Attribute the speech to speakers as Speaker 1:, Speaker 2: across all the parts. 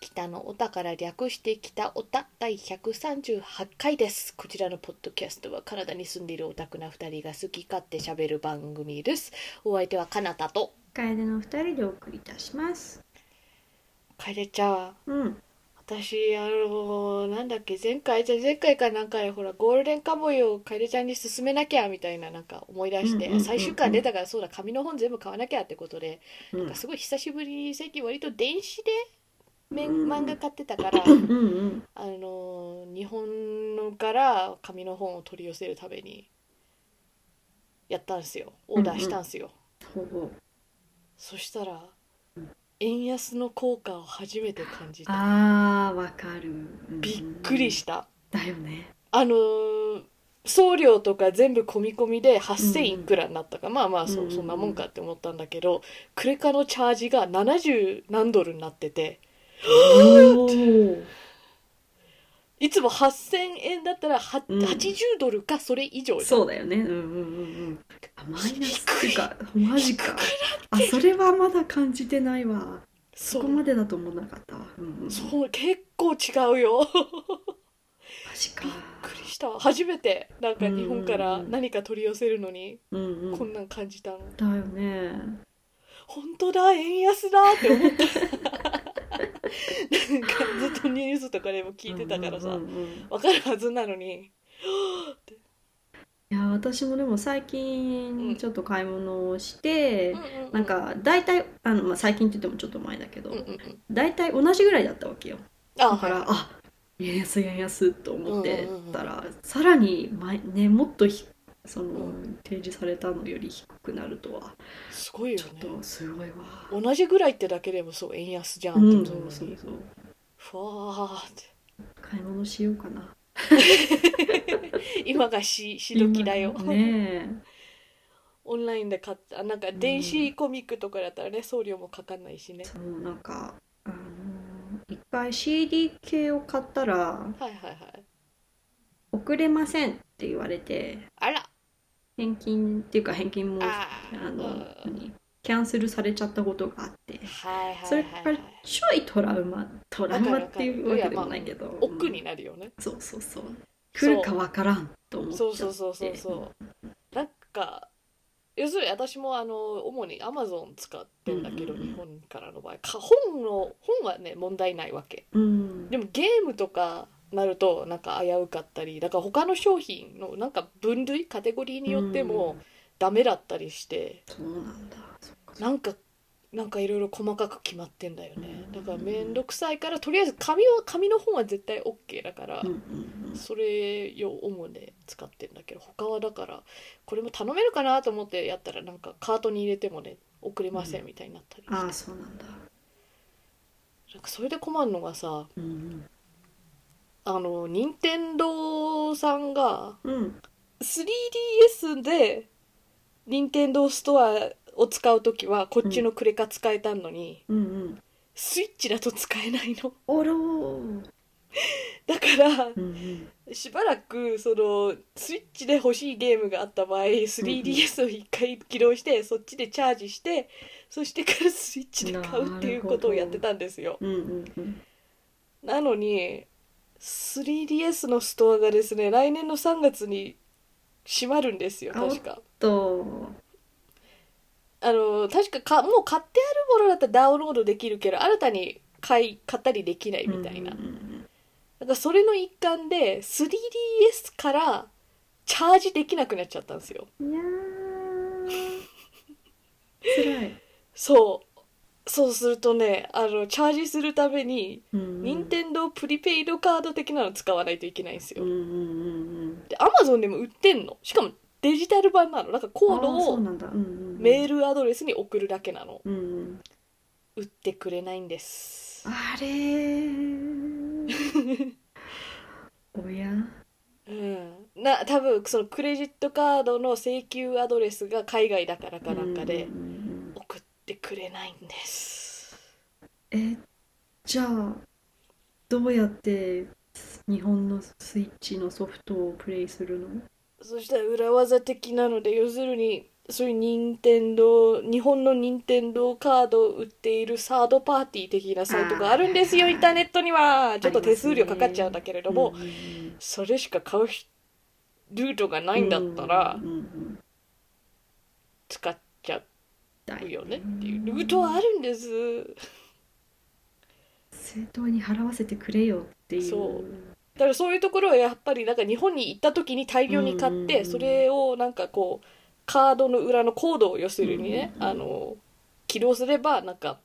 Speaker 1: 北のおたから略して北おた第138回です。こちらのポッドキャストはカナダに住んでいるオタクな2人が好き勝手喋る番組です。お相手はカナダと
Speaker 2: 楓の二人でお送りいたします。
Speaker 1: 楓ちゃん。
Speaker 2: うん。
Speaker 1: 私、あのなんだっけ、前回、前々回かなんかで、ほら、ゴールデンカムイを楓ちゃんに勧めなきゃ、みたいな、なんか思い出し
Speaker 2: うんうんうんう
Speaker 1: て、
Speaker 2: ん
Speaker 1: 最終巻出たから、そうだ、紙の本全部買わなきゃってことで、
Speaker 2: う
Speaker 1: なん
Speaker 2: ん
Speaker 1: かすごい久しぶりに最近割と電子でめん
Speaker 2: うん
Speaker 1: 漫画買ってたから、
Speaker 2: うんうん。
Speaker 1: あのー日本のから紙の本を取り寄せるためにやったんですよオーダーしたんですよ、
Speaker 2: ほぼ。
Speaker 1: そしたら
Speaker 2: うん
Speaker 1: 円安の効果を初めて感じた
Speaker 2: ああ、わかる。
Speaker 1: びっくり
Speaker 2: し
Speaker 1: した
Speaker 2: た。だよね。
Speaker 1: あのー送料とか全部込み込みで8000いくらになったか、まあまあ
Speaker 2: うん
Speaker 1: そ
Speaker 2: うん
Speaker 1: そんなもんかって思ったんだけどクレカのチャージが70何ドルになってて
Speaker 2: おお。
Speaker 1: いつも8000円だったらは
Speaker 2: うん
Speaker 1: 80ドルかそれ以上
Speaker 2: そうだよね。うんうんうんうん。あ、マイナスっていうか、マジか
Speaker 1: 低く。
Speaker 2: あ、それはまだ感じてないわ。
Speaker 1: そ
Speaker 2: そこ
Speaker 1: う
Speaker 2: までだと思わなかったわ。うんうん。マ
Speaker 1: そう結構違うよ
Speaker 2: ジか
Speaker 1: びっ。くりした初めてなんか日本から何か取り寄せるのに
Speaker 2: うんう
Speaker 1: こん
Speaker 2: ん。
Speaker 1: なん感じたの
Speaker 2: だよね。
Speaker 1: 本当だ円安だって思ったなんかずっとニュースとかでも聞いてたからさ
Speaker 2: うんうんうんうん
Speaker 1: わかるはずなのに
Speaker 2: いや、私もでも最近ちょっと買い物をして、なんか大体あの、まあ、最近って言ってもちょっと前だけど、
Speaker 1: うんうんうん
Speaker 2: 大体同じぐらいだったわけよ
Speaker 1: あ
Speaker 2: だから
Speaker 1: はい
Speaker 2: あ円安円安と思って
Speaker 1: うんうんうん
Speaker 2: たら、さらに前、ね、もっとひその、
Speaker 1: う
Speaker 2: 提示されたのより低くなるとは
Speaker 1: すごいよ
Speaker 2: ちょっ
Speaker 1: ね
Speaker 2: とすごいわ、
Speaker 1: 同じぐらいってだけでもそう円安じゃんって
Speaker 2: う
Speaker 1: 思うの
Speaker 2: んそうそう
Speaker 1: に
Speaker 2: そう
Speaker 1: ふわーって
Speaker 2: 買い物しようかな
Speaker 1: 今がしし時だよ
Speaker 2: 今ね
Speaker 1: オンラインで買ったあなんか電子コミックとかだったらね送料もかかんないしね
Speaker 2: えそうなんかあの一回 CD 系を買ったら
Speaker 1: はいはいはい
Speaker 2: 送れませんって言われて
Speaker 1: あら
Speaker 2: 返金っていうか返金も
Speaker 1: あー
Speaker 2: あ
Speaker 1: うん
Speaker 2: の、何キャンセルされちゃったことがあって、
Speaker 1: はいはいはいはい
Speaker 2: それからちょいトラウマ、トラウマっていうわけでもないけど、
Speaker 1: 奥
Speaker 2: う
Speaker 1: に
Speaker 2: ん
Speaker 1: なるよね
Speaker 2: そうそうそう、
Speaker 1: そう
Speaker 2: 来るかわからんと思っちゃ
Speaker 1: そ
Speaker 2: っ
Speaker 1: う
Speaker 2: て、
Speaker 1: そうそうそうそうなんか要するに私もあの主にアマゾン使ってんだけど、
Speaker 2: うんうんうん
Speaker 1: 日本からの場合か本の本はね問題ないわけ
Speaker 2: うん、
Speaker 1: でもゲームとかなるとなんか危うかったりだから他の商品のなんか分類カテゴリーによっても
Speaker 2: うん
Speaker 1: ダメだったりして、
Speaker 2: そうなんだ、そっかそっか
Speaker 1: なんかなんかいろいろ細かく決まってんだよね
Speaker 2: うん
Speaker 1: だから面倒くさいからとりあえず紙を紙の本は絶対 OK だから
Speaker 2: うんうん
Speaker 1: それを主で使ってんだけど他はだからこれも頼めるかなと思ってやったらなんかカートに入れてもね送れませんみたいになったりし
Speaker 2: うん、ああ
Speaker 1: て
Speaker 2: そうなんだ、
Speaker 1: なんかそれで困るのがさ
Speaker 2: うん
Speaker 1: あの任天堂さんが
Speaker 2: うん、うん
Speaker 1: 3DS で任天堂ストアを使う時はこっちのクレカ使えたのに、
Speaker 2: うんうん、
Speaker 1: スイッチだと使えないの
Speaker 2: おろー、
Speaker 1: だから
Speaker 2: うんうん、
Speaker 1: しばらくそのスイッチで欲しいゲームがあった場合 3DS を一回起動して、そっちでチャージしてそしてからスイッチで買うっていうことをやってたんですよ
Speaker 2: うんうんうん、
Speaker 1: なのに 3DS のストアがですね来年の3月に閉まるんですよ
Speaker 2: あお
Speaker 1: 確か
Speaker 2: と、
Speaker 1: あの確かかもう買ってあるものだったらダウンロードできるけど新たに買い買ったりできないみたいな、
Speaker 2: うんうん
Speaker 1: なんかそれの一環で 3DS からチャージできなくなっちゃったんですよ
Speaker 2: うん、いやー、 辛い、
Speaker 1: そうそうするとねあのチャージするために
Speaker 2: うんうん
Speaker 1: 任天堂プリペイドカード的なの使わないといけないんです
Speaker 2: う
Speaker 1: よ
Speaker 2: んうんうんうん。
Speaker 1: で Amazon でも売ってんのしかもデジタル版なのなんかコード
Speaker 2: あーそう
Speaker 1: を
Speaker 2: なんだ、うんうんうん、
Speaker 1: メールアドレスに送るだけなの
Speaker 2: うんうん、
Speaker 1: 売ってくれないんです
Speaker 2: あれー おや
Speaker 1: うんな多分そのクレジットカードの請求アドレスが海外だからかなんかで
Speaker 2: うんうんうん
Speaker 1: 送ってくれないんです
Speaker 2: えじゃあどうやって日本のスイッチのソフトをプレイするの
Speaker 1: そしたら裏技的なので要するにそういう任天堂日本の任天堂カードを売っているサードパーティー的なサイトがあるんですよ
Speaker 2: あー
Speaker 1: インターネットにはちょっと
Speaker 2: ありますね
Speaker 1: 手数料かかっちゃうんだけれども、
Speaker 2: うんうんうん
Speaker 1: それしか買うひルートがないんだったら
Speaker 2: うんうんうん
Speaker 1: 使っちゃ
Speaker 2: だ
Speaker 1: うよねっていうルートはあるんです
Speaker 2: 正当に払わせてくれよっていう
Speaker 1: そうだからそういうところはやっぱりなんか日本に行った時に大量に買っ
Speaker 2: うんうんう
Speaker 1: て
Speaker 2: ん
Speaker 1: それをなんかこうカードの裏のコードを要するにね
Speaker 2: うんうんうん
Speaker 1: あの起動すればなんか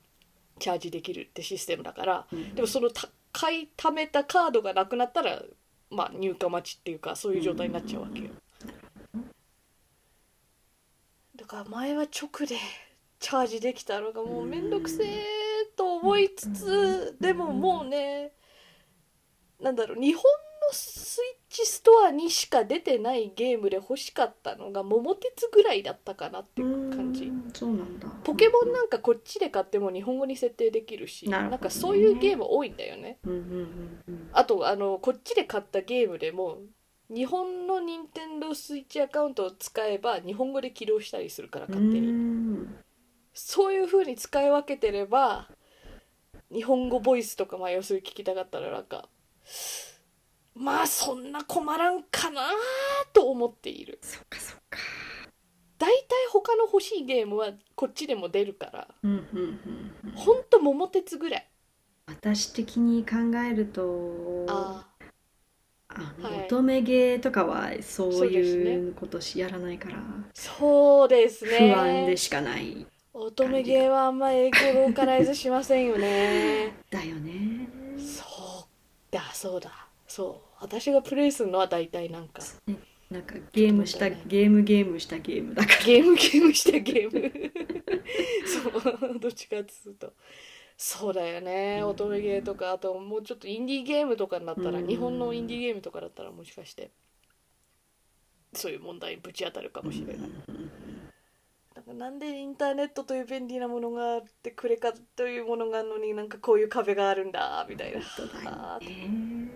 Speaker 1: チャージできるってシステムだから
Speaker 2: うん
Speaker 1: でもそのた買い貯めたカードがなくなったらまあ入荷待ちっていうかそういう状態になっちゃうわけよだから前は直でチャージできたのがもうめんどくせえと思いつつでももうねなんだろう日本のスイッチストアにしか出てないゲームで欲しかったのが桃鉄ぐらいだったかなっていう感じ
Speaker 2: うんそうなんだ
Speaker 1: ポケモンなんかこっちで買っても日本語に設定できるし
Speaker 2: なるほどね
Speaker 1: なんかそういうゲーム多いんだよね
Speaker 2: うんうんうんうん
Speaker 1: あとあのこっちで買ったゲームでも日本の任天堂スイッチアカウントを使えば日本語で起動したりするから勝手
Speaker 2: う
Speaker 1: に
Speaker 2: ん
Speaker 1: そういう風に使い分けてれば日本語ボイスとかまあ要するに聞きたかったらなんかまあそんな困らんかなと思っている
Speaker 2: そっかそっか
Speaker 1: 大体他の欲しいゲームはこっちでも出るから
Speaker 2: うんうんうんうん
Speaker 1: ほんと桃鉄ぐらい
Speaker 2: 私的に考えると
Speaker 1: ああ
Speaker 2: あの
Speaker 1: はい
Speaker 2: 乙女ゲーとかはそう
Speaker 1: そうです
Speaker 2: い
Speaker 1: ね
Speaker 2: うことしやらないから
Speaker 1: そうです
Speaker 2: 不
Speaker 1: ね
Speaker 2: 安でしかない
Speaker 1: 乙女ゲーはあんま英語ローカライズしませんよ ね
Speaker 2: だよね
Speaker 1: そうだそうだそう私がプレイするのは大体なんか
Speaker 2: なんかゲームした
Speaker 1: ちょっとね
Speaker 2: ゲームゲームしたゲームだか
Speaker 1: ゲームゲームしたゲーム そうどっちかっつうとそうだよね
Speaker 2: うん
Speaker 1: 乙女ゲーとかあともうちょっとインディーゲームとかになったら
Speaker 2: うん
Speaker 1: 日本のインディーゲームとかだったらもしかしてそういう問題にぶち当たるからもしれない
Speaker 2: うん
Speaker 1: なんかなんでインターネットという便利なものがあってクレカというものがあるのになんかこういう壁があるんだみたいな
Speaker 2: 本当
Speaker 1: あ
Speaker 2: だよ
Speaker 1: ー
Speaker 2: ね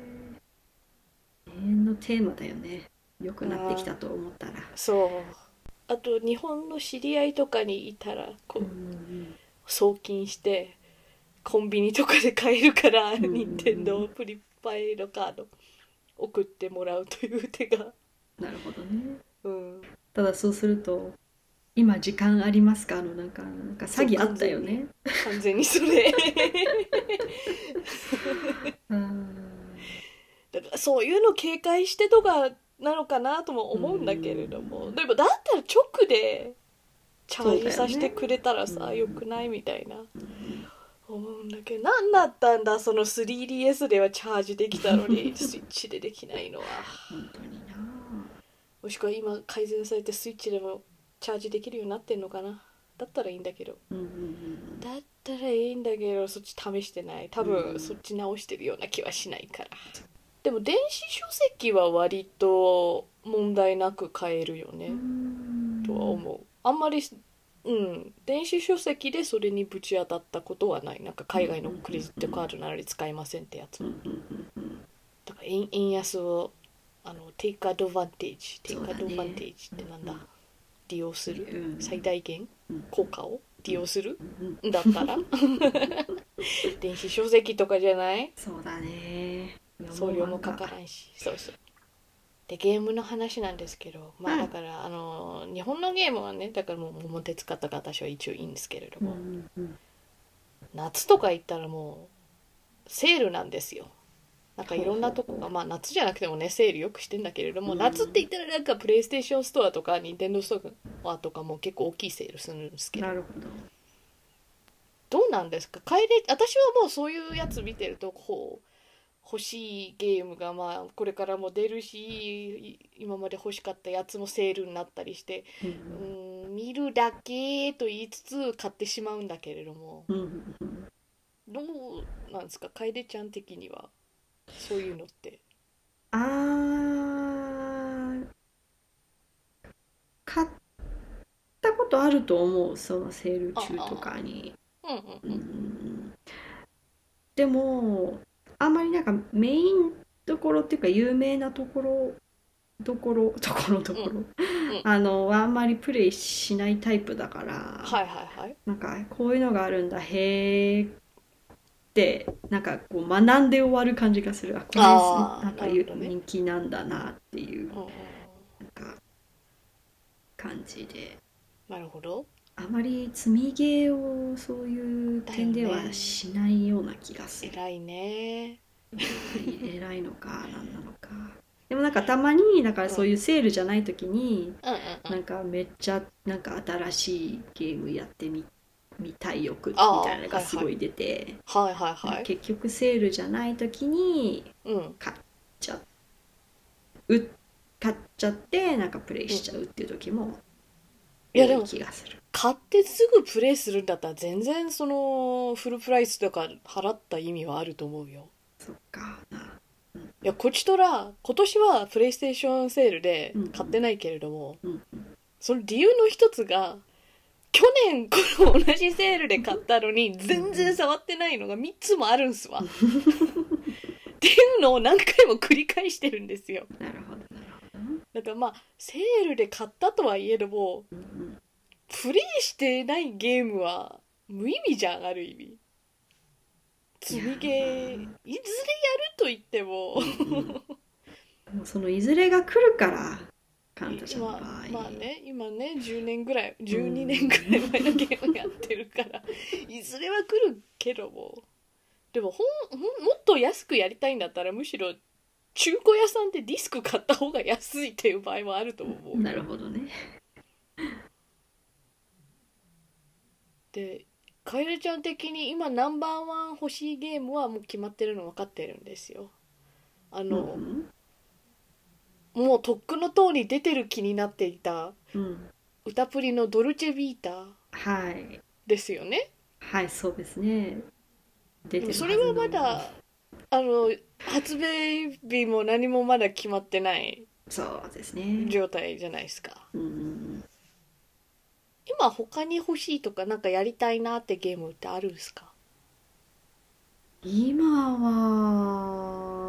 Speaker 2: 永遠のテーマだよね良くなってきたと思ったら
Speaker 1: そうあと日本の知り合いとかにいたらこ
Speaker 2: う
Speaker 1: うん送金してコンビニとかで買えるから
Speaker 2: んうん
Speaker 1: 任天堂プリパイのカード送ってもらうという手が
Speaker 2: なるほどね
Speaker 1: うん
Speaker 2: ただそうすると「今時間ありますか?」のなんかなんか詐欺あったよね
Speaker 1: 完全にそれ
Speaker 2: うん
Speaker 1: だからそういうの警戒してとかなのかなとも思うんだけれども、でもだったら直でチャージさせてくれたら
Speaker 2: そう
Speaker 1: さ
Speaker 2: だ
Speaker 1: よ,、
Speaker 2: よね
Speaker 1: くないみたいな思うんだけど何だったんだその 3DS ではチャージできたのにスイッチでできないのは
Speaker 2: 本当にな
Speaker 1: もしくは今改善されてスイッチでもチャージできるようになってんのかなだったらいいんだけど
Speaker 2: うんうんうん
Speaker 1: だったらいいんだけどそっち試してない多
Speaker 2: う
Speaker 1: 分
Speaker 2: ん
Speaker 1: そっち直してるような気はしないからでも電子書籍は割と問題なく買えるよね
Speaker 2: うん
Speaker 1: とは思うあんまりうん電子書籍でそれにぶち当たったことはないなんか海外のクレジットカードならで使えませんってやつ
Speaker 2: うんうんうんうん
Speaker 1: だから円円安をあのテイクアドバンテージテイ
Speaker 2: そう
Speaker 1: ク
Speaker 2: だ
Speaker 1: ア
Speaker 2: ね
Speaker 1: ドバンテージってなんだ
Speaker 2: うんうん
Speaker 1: 利用する
Speaker 2: うん
Speaker 1: 最大限
Speaker 2: うん
Speaker 1: 効果を利用する
Speaker 2: うん
Speaker 1: だったら 電子書籍とかじゃない
Speaker 2: そうだね
Speaker 1: 送料もかかららんしそうそうでゲームの話なんですけどまあ
Speaker 2: うん
Speaker 1: だから、あの日本のゲームはねだからもう桃鉄買ったから私は一応いいんですけれど
Speaker 2: うん
Speaker 1: も、
Speaker 2: うん
Speaker 1: 夏とか行ったらもうセールなんですよなんかいろんなとこ
Speaker 2: ほう
Speaker 1: が
Speaker 2: ほう
Speaker 1: まあ夏じゃなくてもねセールよくしてんだけれども、
Speaker 2: うん
Speaker 1: 夏って言ったらなんかプレイステーションストアとかニンテンドーストアとかも結構大きいセールするんですけど
Speaker 2: なるほど
Speaker 1: どうなんですか帰れ私はもうそういうやつ見てるとこう欲しいゲームがまあこれからも出るしい今まで欲しかったやつもセールになったりして
Speaker 2: う
Speaker 1: うんーん見るだけと言いつつ買ってしまうんだけれども
Speaker 2: うんうんうん
Speaker 1: どうなんですか楓ちゃん的にはそういうのって
Speaker 2: あー買ったことあると思うそのセール中とかに
Speaker 1: うん
Speaker 2: う
Speaker 1: うんん
Speaker 2: う
Speaker 1: うん
Speaker 2: うんんでもあんまりなんかメ インどころっていうか有名なところところところところ
Speaker 1: うん
Speaker 2: あのあんまりプレイしないタイプだから、
Speaker 1: はいはいはい
Speaker 2: なんかこういうのがあるんだへえってなんかこう学んで終わる感じがするあこれ
Speaker 1: あー
Speaker 2: なんか
Speaker 1: なるほどね
Speaker 2: 人気なんだなっていう
Speaker 1: うんうんうん
Speaker 2: なんか感じで
Speaker 1: なるほど
Speaker 2: あまり積みゲーをそういう点で
Speaker 1: だよ
Speaker 2: は
Speaker 1: ね
Speaker 2: しないような気がする。
Speaker 1: 偉いね
Speaker 2: 偉いのか何なのかでもなんかたまにだからそういうセールじゃない時に、
Speaker 1: うんうんう
Speaker 2: なんんかめっちゃなんか新しいゲームやってみ見たい欲み
Speaker 1: あー
Speaker 2: たいなのがすごい出て、
Speaker 1: はいはいはい
Speaker 2: 結局セールじゃない時に
Speaker 1: うん
Speaker 2: う買っちゃってなんかプレイしちゃうっていう時も
Speaker 1: いやでも
Speaker 2: 気がする
Speaker 1: 買ってすぐプレイするんだったら全然そのフルプライスとか払った意味はあると思うよ
Speaker 2: そっかない
Speaker 1: やこちとら今年はプレイステーションセールで買ってないけれども、
Speaker 2: うん
Speaker 1: その理由の一つが去年この同じセールで買ったのに全然触ってないのが3つもあるんすわっていうのを何回も繰り返してるんですよ
Speaker 2: なるほどなるほど、
Speaker 1: だからまあセールで買ったとはいえども
Speaker 2: うんうん、
Speaker 1: プレイしてないゲームは無意味じゃんある意味積みゲーいずれやると言っても
Speaker 2: うんもうそのいずれが来るからカンタちゃんの場合
Speaker 1: まあ、まあね今ね10年ぐらい12年ぐらい前のゲームやってるからいずれは来るけどもでもほんほんもっと安くやりたいんだったらむしろ中古屋さんでディスク買った方が安いっていう場合もあると思う、
Speaker 2: なるほどね
Speaker 1: でカエルちゃん的に今ナンバーワン欲しいゲームはもう決まってるの分かってるんですよあの、
Speaker 2: うん
Speaker 1: もうとっくの塔に出てる気になっていた
Speaker 2: うん、
Speaker 1: 歌プリのドルチェビーター
Speaker 2: はい
Speaker 1: ですよね
Speaker 2: はいそうですね出てる
Speaker 1: それはまだあの発売日も何もまだ決まってない
Speaker 2: そうですね
Speaker 1: 状態じゃないですか
Speaker 2: うん
Speaker 1: 今他に欲しいとかなんかやりたいなってゲームってあるんですか
Speaker 2: 今は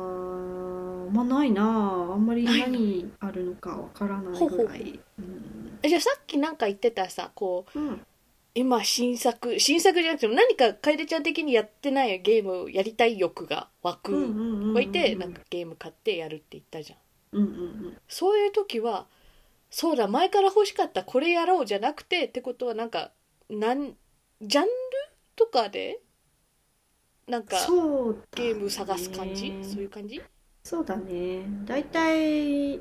Speaker 2: まあないなあんまり何あるのかわからない
Speaker 1: ほうほ
Speaker 2: ぐ
Speaker 1: う
Speaker 2: らいうん
Speaker 1: えじゃあさっきなんか言ってたさこう
Speaker 2: うん
Speaker 1: 今新作新作じゃなくても何か楓ちゃん的にやってないゲームやりたい欲が湧
Speaker 2: うんうん
Speaker 1: く
Speaker 2: うんうん
Speaker 1: 湧いてなんかゲーム買ってやるって言ったじゃん
Speaker 2: うんうんうん
Speaker 1: そういう時はそうだ前から欲しかったこれやろうじゃなくてってことはなんかなんジャンルとかでなんか
Speaker 2: そうだね
Speaker 1: ゲーム探す感じそういう感じ
Speaker 2: そうだね大体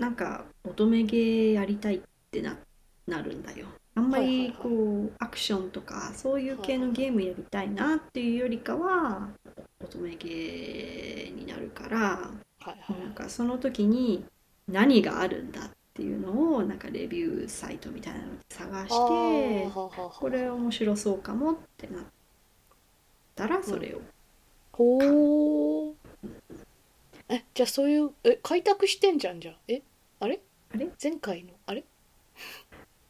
Speaker 2: なんか乙女ゲーやりたいってななるんだよあんま
Speaker 1: はいはい
Speaker 2: り
Speaker 1: はい
Speaker 2: こうアクションとかそういう系のゲームやりたいなっていうよりかは乙女ゲーになるから
Speaker 1: はいは
Speaker 2: なんかその時に何があるんだっていうのをなんかレビューサイトみたいなので探
Speaker 1: いはい
Speaker 2: して
Speaker 1: はあはあはあ
Speaker 2: これ面白そうかもってなったらそれを
Speaker 1: ほーえじゃあそういうえ開拓してんじゃんじゃあえあれ
Speaker 2: あれ
Speaker 1: 前回のあれ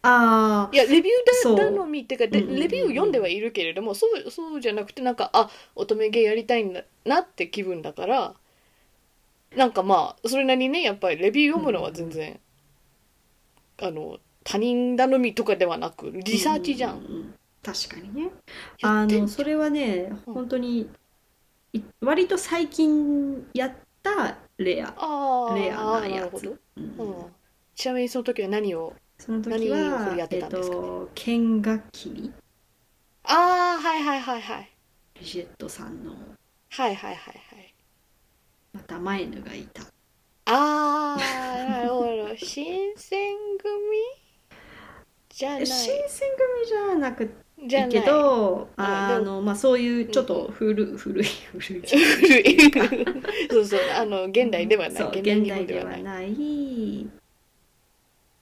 Speaker 2: ああ
Speaker 1: いやレビュ
Speaker 2: そ
Speaker 1: ー
Speaker 2: う
Speaker 1: だ頼みっていうかで
Speaker 2: うんうんうん
Speaker 1: レビュー読んではいるけれどもそうそうじゃなくてなんかあ乙女芸やりたいんだなって気分だからなんかまあそれなりにねやっぱりレビュー読むのは全然、あの他人頼みとかではなくリサーチじゃん。
Speaker 2: ううう確かにね
Speaker 1: や
Speaker 2: あ
Speaker 1: ってん
Speaker 2: のそれはね
Speaker 1: うん
Speaker 2: 本当にい割と最近やったレア、
Speaker 1: ああ
Speaker 2: レアな
Speaker 1: なる
Speaker 2: や
Speaker 1: ほ
Speaker 2: つ
Speaker 1: ど、
Speaker 2: うん
Speaker 1: うん、ちなみにその時は何を
Speaker 2: その時は
Speaker 1: 何をやってたんですかね
Speaker 2: えっと剣楽器
Speaker 1: ああはいはいはいはい
Speaker 2: リジェットさんの
Speaker 1: はいはいはいはい
Speaker 2: またマイヌがいた
Speaker 1: ああなるほど新選組じゃな
Speaker 2: え
Speaker 1: い
Speaker 2: 新選組じゃなくて
Speaker 1: じゃない
Speaker 2: けど
Speaker 1: うんで
Speaker 2: あ
Speaker 1: も
Speaker 2: の、まあ、そういうちょっと古,、古い古い
Speaker 1: 古い そうそうあの現代ではない
Speaker 2: そう
Speaker 1: 現代
Speaker 2: 現代
Speaker 1: 日本では
Speaker 2: では
Speaker 1: ない
Speaker 2: ない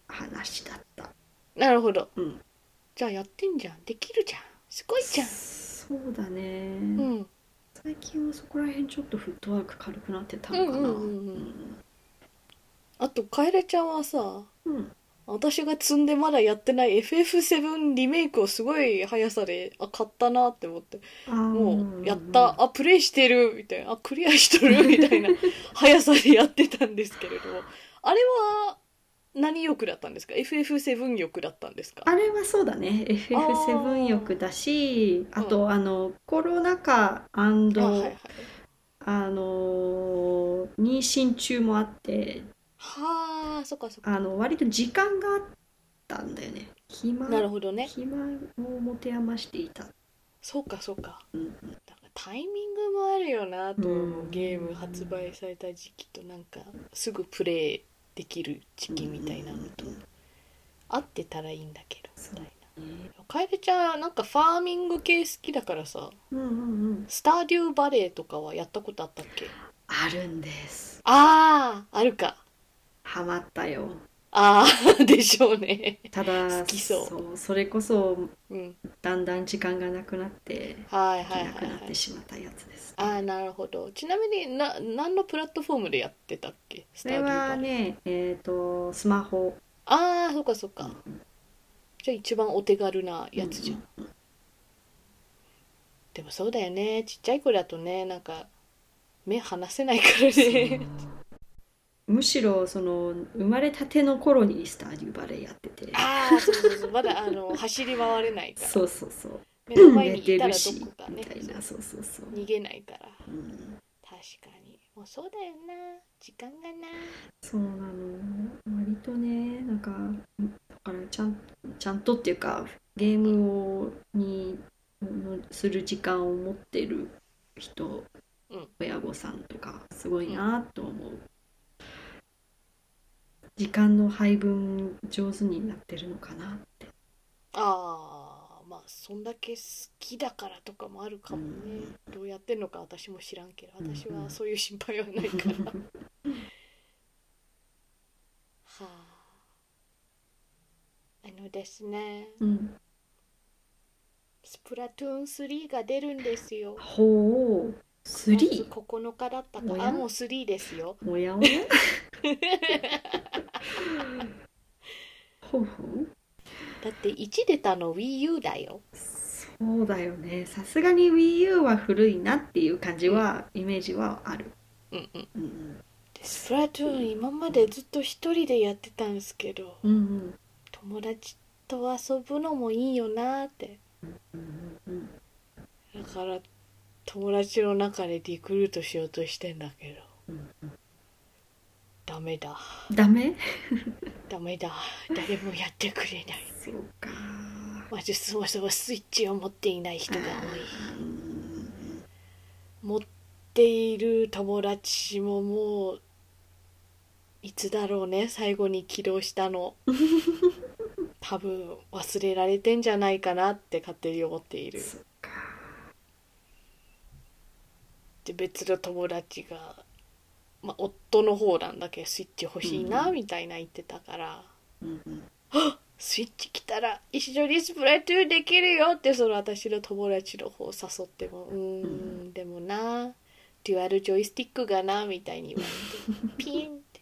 Speaker 2: 話だった
Speaker 1: なるほど、
Speaker 2: うん
Speaker 1: じゃあやってんじゃんできるじゃんすごいじゃん
Speaker 2: そうだね、
Speaker 1: うん
Speaker 2: 最近はそこら辺ちょっとフットワーク軽くなってた
Speaker 1: うん
Speaker 2: の
Speaker 1: う
Speaker 2: か
Speaker 1: ん
Speaker 2: な、
Speaker 1: うんうんあと楓ちゃんはさ
Speaker 2: うん
Speaker 1: 私が積んでまだやってない FF7 リメイクをすごい速さであ買ったなって思って
Speaker 2: あー
Speaker 1: もうやったあプレイしてるみたいなあク リアしとるみたいな速さでやってたんですけれどもあれは何欲だったんですか FF7 欲だったんですか
Speaker 2: あれはそうだね FF7 欲だし
Speaker 1: あ
Speaker 2: あ
Speaker 1: ー
Speaker 2: と、あのコロナ禍あの
Speaker 1: あはいはい
Speaker 2: ー妊娠中もあって
Speaker 1: はあそっかそっか
Speaker 2: あの割と時間があったんだよね暇
Speaker 1: なるほどね
Speaker 2: 暇を持て余していた、
Speaker 1: そうかそうか
Speaker 2: うんうん
Speaker 1: なんかタイミングもあるよなと思う、
Speaker 2: うん
Speaker 1: ゲーム発売された時期となんかすぐプレイできる時期みたいなのと、
Speaker 2: うんうん
Speaker 1: 合ってたらいいんだけどみたいな
Speaker 2: ね
Speaker 1: 楓ちゃんなんかファーミング系好きだからさ
Speaker 2: うんうんうん
Speaker 1: スターデューバレーとかはやったことあったっけ
Speaker 2: あるんです
Speaker 1: あああるか
Speaker 2: ハマったよ
Speaker 1: ああでしょうね
Speaker 2: ただ
Speaker 1: 好きそう
Speaker 2: うそれこそ
Speaker 1: うん
Speaker 2: だんだん時間がなくなって
Speaker 1: はい
Speaker 2: で
Speaker 1: は
Speaker 2: き
Speaker 1: いは
Speaker 2: なく
Speaker 1: い、
Speaker 2: なっ
Speaker 1: はい
Speaker 2: て、しまったやつです、
Speaker 1: ああなるほどちなみにな何のプラットフォームでやってたっけス
Speaker 2: そ
Speaker 1: ターデューバ
Speaker 2: れ
Speaker 1: レ
Speaker 2: は
Speaker 1: ー、
Speaker 2: ねえっ、とスマホ
Speaker 1: ああそうかそうかじゃあ一番お手軽なやつじゃん、
Speaker 2: うんうん
Speaker 1: でもそうだよねちっちゃい子だとねなんか目離せないから
Speaker 2: う
Speaker 1: ね
Speaker 2: ん むしろその生まれたての頃にスターデューバレーやってて
Speaker 1: ああそうそうそうまだあ の走り回れないから
Speaker 2: そうそうそう
Speaker 1: 目の前
Speaker 2: 寝
Speaker 1: にい
Speaker 2: て
Speaker 1: た
Speaker 2: る
Speaker 1: らど
Speaker 2: し
Speaker 1: こか
Speaker 2: み
Speaker 1: ね
Speaker 2: たいなそうそうそう、
Speaker 1: 逃げないから
Speaker 2: うん、
Speaker 1: 確かにもうそうだよな時間がな
Speaker 2: そうなの割とねなんかだからちゃんちゃんとっていうかゲームをにのする時間を持ってる人、
Speaker 1: うん
Speaker 2: 親御さんとかすごいなと思う、時間の配分上手になってるのかな って
Speaker 1: あーまあそんだけ好きだからとかもあるかもね、どうやってんのか私も知らんけど
Speaker 2: うんうん
Speaker 1: 私はそういう心配はないから はああのですね
Speaker 2: うん
Speaker 1: スプラトゥーン3が出るんですよ
Speaker 2: ほう
Speaker 1: 9
Speaker 2: 3
Speaker 1: 月9日だった
Speaker 2: お
Speaker 1: か
Speaker 2: や
Speaker 1: あもう3ですよ
Speaker 2: おやお やほうほう
Speaker 1: だって1出たの WiiU だよ
Speaker 2: そうだよねさすがに WiiU は古いなっていう感じは、イメージはある、
Speaker 1: うんうん
Speaker 2: うん
Speaker 1: スプラトゥーン今までずっと一人でやってたんですけど
Speaker 2: うん、うん
Speaker 1: 友達と遊ぶのもいいよなーって
Speaker 2: うんうん
Speaker 1: だから友達の中でリクルートしようとしてんだけど
Speaker 2: うん
Speaker 1: ダメだ
Speaker 2: ダメ
Speaker 1: ダメだ誰もやってくれない
Speaker 2: そうか
Speaker 1: まずそもそもスイッチを持っていない人が多い
Speaker 2: うん
Speaker 1: 持っている友達ももういつだろうね最後に起動した の多分忘れられてんじゃないかなって勝手に思っている
Speaker 2: そっか
Speaker 1: で別の友達が、まあ、夫の方なんだけどスイッチ欲しいな
Speaker 2: うん
Speaker 1: みたいな言ってたから、
Speaker 2: うんうん
Speaker 1: スイッチ来たら一緒にスプラトゥーンできるよってその私の友達の方を誘ってもうーん、でもなデュアルジョイスティックがなみたいに言われてピン って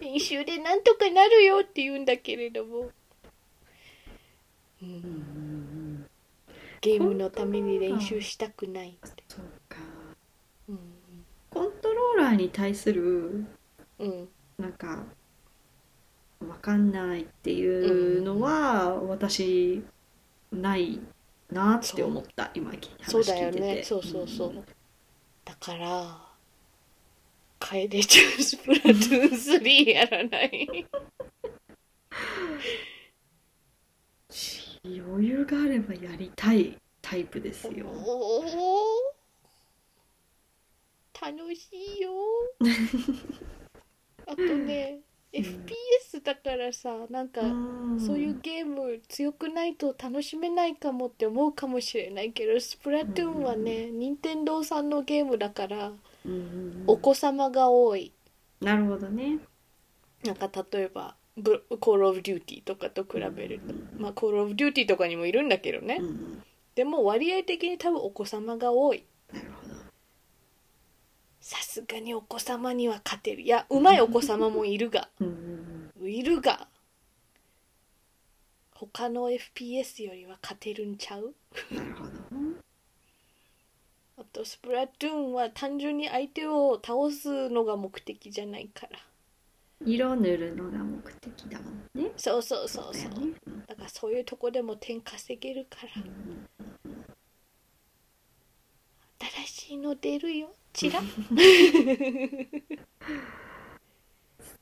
Speaker 1: 練習でなんとかなるよって言うんだけれども、う、
Speaker 2: うんうんん
Speaker 1: ゲームのために練習したくないって、
Speaker 2: そうか
Speaker 1: うん
Speaker 2: コントローラーに対する
Speaker 1: うん、
Speaker 2: なんかわかんないっていうのは、私ないなって思った今話聞いてて
Speaker 1: そうだよねそうそうそう、
Speaker 2: ん
Speaker 1: だから楓ちゃんスプラトゥーン3やらない
Speaker 2: 余裕があればやりたいタイプですよ。
Speaker 1: おー楽しい よあとね
Speaker 2: うん
Speaker 1: FPS だからさなんかそういうゲーム強くないと楽しめないかもって思うかもしれないけどスプラトゥーンはね任天堂さんのゲームだから
Speaker 2: うんうんうん
Speaker 1: お子様が多い
Speaker 2: なるほどね。
Speaker 1: なんか例えばブロコール・オブ・デューティーとかと比べるとまあコール・オブ・デューティーとかにもいるんだけどね
Speaker 2: うんうん
Speaker 1: でも割合的に多分お子様が多い
Speaker 2: なるほど。
Speaker 1: さすがにお子様には勝てるいやうまいお子様もいるが
Speaker 2: うんうん
Speaker 1: いるが他の FPS よりは勝てるんちゃう
Speaker 2: うんなるほど。
Speaker 1: あとスプラトゥーンは単純に相手を倒すのが目的じゃないから
Speaker 2: 色塗るのが目的だもんね。
Speaker 1: そうそうそうそ
Speaker 2: だよ
Speaker 1: う
Speaker 2: ねうん
Speaker 1: だからそういうとこでも点稼げるから
Speaker 2: うん
Speaker 1: 新しいの出るよチラ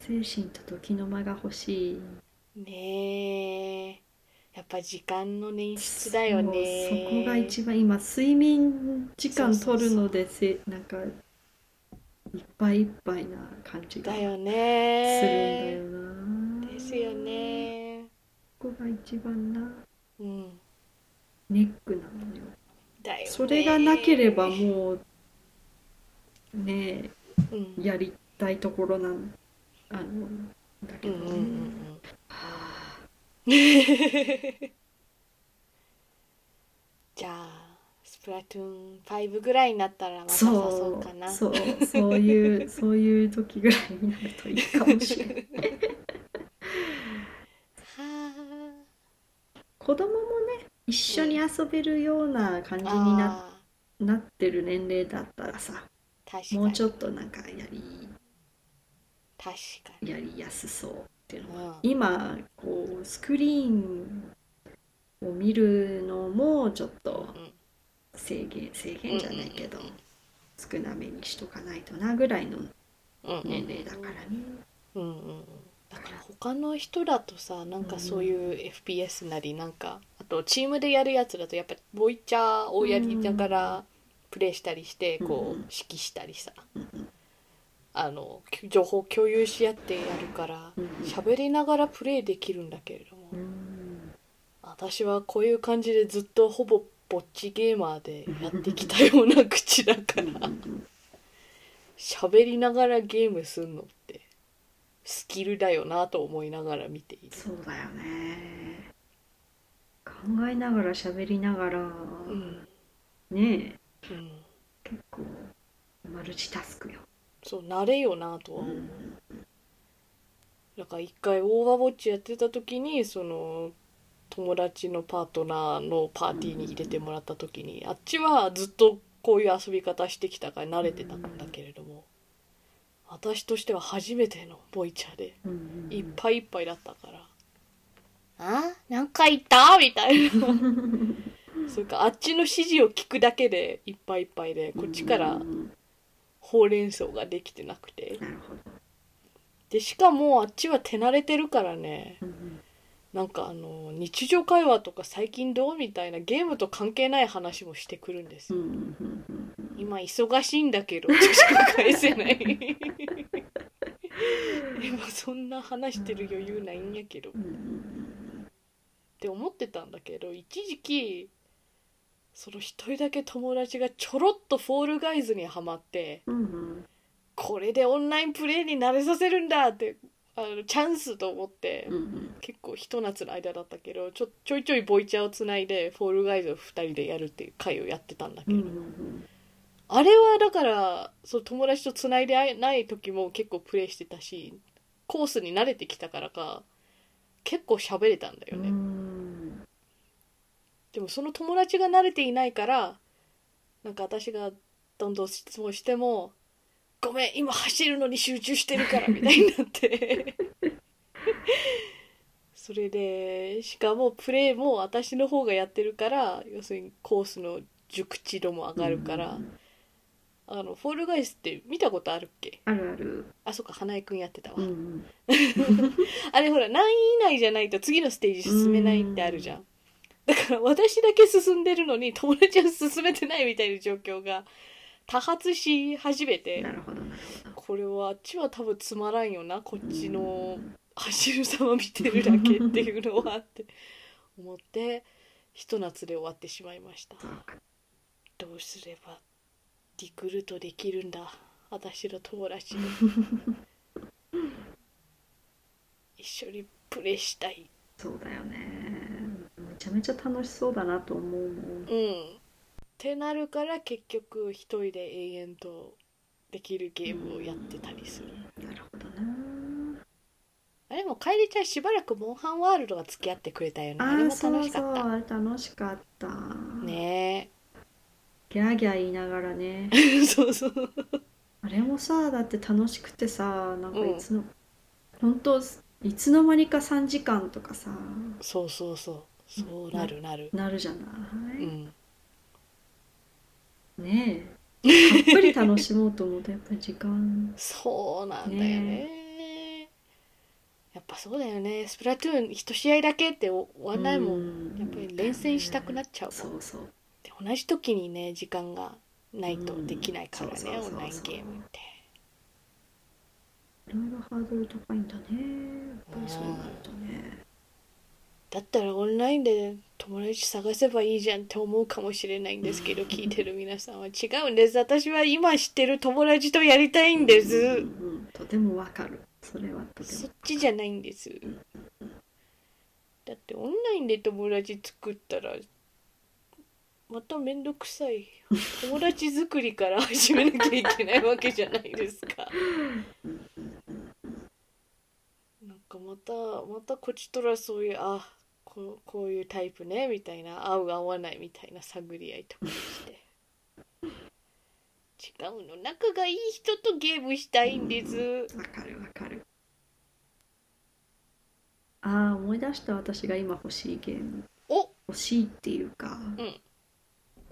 Speaker 2: 精神と時の間が欲しい。
Speaker 1: ねえやっぱ時間の捻出だよね
Speaker 2: そうそこが一番今睡眠時間取るのでせなんかいっぱいいっぱいな感じが
Speaker 1: だ
Speaker 2: する
Speaker 1: よ
Speaker 2: んだ
Speaker 1: ね
Speaker 2: よな。
Speaker 1: ですよ。ね
Speaker 2: ここが一番な
Speaker 1: うん
Speaker 2: ネックなのよ。
Speaker 1: だよね
Speaker 2: それがなければもうね
Speaker 1: うん
Speaker 2: えやりたいところなんあのだけ
Speaker 1: うん
Speaker 2: ど
Speaker 1: うん
Speaker 2: ね。
Speaker 1: うんうん
Speaker 2: はあ
Speaker 1: じゃあスプラトゥーン5ぐらいになったらまた誘
Speaker 2: そう
Speaker 1: かな
Speaker 2: うそうそういうそういう時ぐらいになるといいかもしれない。
Speaker 1: は
Speaker 2: 子供もね一緒に遊べるような感じ
Speaker 1: あ
Speaker 2: にな,、
Speaker 1: あ
Speaker 2: なってる年齢だったらさ
Speaker 1: ー確かに
Speaker 2: もうちょっとなんかやり
Speaker 1: 確かに
Speaker 2: やりやすそうっていうのは
Speaker 1: う
Speaker 2: 今こうスクリーンを見るのもちょっと
Speaker 1: うん
Speaker 2: 制限制限じゃないけど
Speaker 1: うんうんうん
Speaker 2: 少なめにしとかないとなぐらいの
Speaker 1: んうん
Speaker 2: 年齢だからね。
Speaker 1: うんうんうんだから他の人だとさなんかそういう FPS なりなんかあとチームでやるやつだとやっぱりボイチャーをやりながらプレイしたりしてこ
Speaker 2: う
Speaker 1: うん指揮したりさ
Speaker 2: うんうん
Speaker 1: あのき情報共有し合ってやるから
Speaker 2: うん
Speaker 1: 喋りながらプレイできるんだけれども
Speaker 2: うん
Speaker 1: 私はこういう感じでずっとほぼぼっちゲーマーでやってきたような口だか
Speaker 2: うんう
Speaker 1: ら
Speaker 2: ん
Speaker 1: 喋りながらゲームすんのってスキルだよなと思いながら見ている。
Speaker 2: そうだよね考えながら喋りながら
Speaker 1: うん
Speaker 2: ねえ
Speaker 1: うん
Speaker 2: 結構マルチタスクよ。
Speaker 1: そう慣れよなとは
Speaker 2: う
Speaker 1: 思うんだから一回オーバーウォッチやってた時にその友達のパートナーのパーティーに入れてもらった時にあっちはずっとこういう遊び方してきたから慣れてたんだけれども私としては初めてのボイチャで
Speaker 2: うん
Speaker 1: いっぱいいっぱいだったから「あ何回言った?」みたいなそれかあっちの指示を聞くだけでいっぱいいっぱいでこっちか
Speaker 2: う
Speaker 1: ら
Speaker 2: んうん
Speaker 1: ほうれん草ができてなくて
Speaker 2: なるほど。
Speaker 1: でしかもあっちは手慣れてるからね
Speaker 2: うんうん
Speaker 1: なんかあの日常会話とか最近どうみたいなゲームと関係ない話もしてくるんです
Speaker 2: う
Speaker 1: よ、
Speaker 2: んうんうんうん
Speaker 1: 今忙しいんだけどとしか返せない 今そんな話してる余裕ないんやけどっ
Speaker 2: うんうん
Speaker 1: て思ってたんだけど一時期その一人だけ友達がちょろっと「フォールガイズ」にはまって
Speaker 2: うんうん
Speaker 1: これでオンラインプレイに慣れさせるんだってあのチャンスと思って
Speaker 2: うんうん
Speaker 1: 結構ひと夏の間だったけどちょちょいちょいボイチャーをつないでフォールガイズを2人でやるっていう回をやってたんだけ
Speaker 2: うんう
Speaker 1: ど、
Speaker 2: んうん
Speaker 1: あれはだからそう友達とつないで会えない時も結構プレイしてたしコースに慣れてきたからか結構喋れたんだよね、
Speaker 2: うん
Speaker 1: でもその友達が慣れていないからなんか私がどんどん質問しても「ごめん今走るのに集中してるから」みたいになってそれでしかもプレーも私の方がやってるから要するにコースの熟知度も上がるから、あのフォールガイスって見たことあるっけ
Speaker 2: あるある。
Speaker 1: あそっか花井くんやってたわ、
Speaker 2: うんうん
Speaker 1: あれほら何位以内じゃないと次のステージ進めないってあるじゃん。だから私だけ進んでるのに友達は進めてないみたいな状況が多発し始めて
Speaker 2: なるほどなる
Speaker 1: これはあっちは多分つまらんよなこっちの
Speaker 2: うん
Speaker 1: 走る様見てるだけっていうのはって思ってひと夏で終わってしまいました
Speaker 2: ほど。そうか
Speaker 1: どうすればリクルートできるんだ私の友達に 一緒にプレイしたい
Speaker 2: そうだよね。めちゃめちゃ楽しそうだなと思
Speaker 1: う
Speaker 2: うもん。
Speaker 1: ん。ってなるから結局一人で永遠とできるゲームをやってたりする。
Speaker 2: なるほどな。
Speaker 1: あれも楓ちゃんしばらくモンハンワールドが付き合ってくれたよね。
Speaker 2: あ
Speaker 1: あれも
Speaker 2: ー
Speaker 1: 楽
Speaker 2: そう
Speaker 1: しか
Speaker 2: そう
Speaker 1: った。
Speaker 2: あれ楽しかった。
Speaker 1: ね
Speaker 2: ギャーギャー言いなが らね。
Speaker 1: え。そうそう。
Speaker 2: あれもさだって楽しくてさなんかいつの、本当いつの間にか3時間とかさ
Speaker 1: そうそうそうそうなるなる
Speaker 2: なるじゃな
Speaker 1: う
Speaker 2: い、
Speaker 1: ん
Speaker 2: ねえたっぷり楽しもうと思うとやっぱり時間
Speaker 1: そうなんだよねやっぱそうだよねスプラトゥーン一試合だけって終わんないもん、
Speaker 2: う
Speaker 1: やっぱり連戦したくなっちゃうも
Speaker 2: そ
Speaker 1: ん
Speaker 2: うそう
Speaker 1: で同じ時にね時間がないとできないから
Speaker 2: うんそう
Speaker 1: ね、
Speaker 2: そうそうそう
Speaker 1: オンラインゲームって
Speaker 2: いろいろハードル高いんだねやっぱりそうなるとね
Speaker 1: だったらオンラインで友達探せばいいじゃんって思うかもしれないんですけど聞いてる皆さんは違うんです私は今知ってる友達とやりたいんで
Speaker 2: うん
Speaker 1: す
Speaker 2: うんとてもわかるそれはとて
Speaker 1: そっ
Speaker 2: も
Speaker 1: ちじゃないんですだってオンラインで友達作ったらまためんどくさい友達作りから始めなきゃいけないわけじゃないですか なんかまたまたこちとらそういうあここういうタイプねみたいな合う合わないみたいな探り合いとか して違うの仲がいい人とゲームしたいんです
Speaker 2: わかるわかるああ思い出した私が今欲しいゲーム
Speaker 1: お
Speaker 2: 欲しいっていうか、
Speaker 1: ん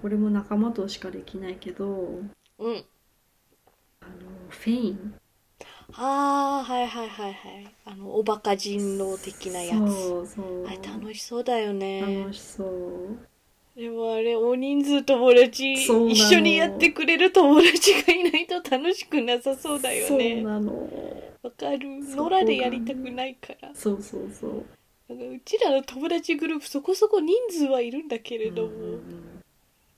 Speaker 2: これも仲間としかできないけど
Speaker 1: うん
Speaker 2: あのフェイン
Speaker 1: ああはいはいはいはいあのおバカ人狼的なやつ
Speaker 2: そうそう
Speaker 1: あれ楽しそうだよね
Speaker 2: 楽しそう
Speaker 1: でもあれ大人数友達
Speaker 2: そうなの
Speaker 1: 一緒にやってくれる友達がいないと楽しくなさそうだよ
Speaker 2: そう
Speaker 1: ね
Speaker 2: なの
Speaker 1: わかる
Speaker 2: そ
Speaker 1: 野
Speaker 2: こが
Speaker 1: 良でやりたくないから
Speaker 2: そうそうそう
Speaker 1: なんかうちらの友達グループそこそこ人数はいるんだけれども、
Speaker 2: うんうん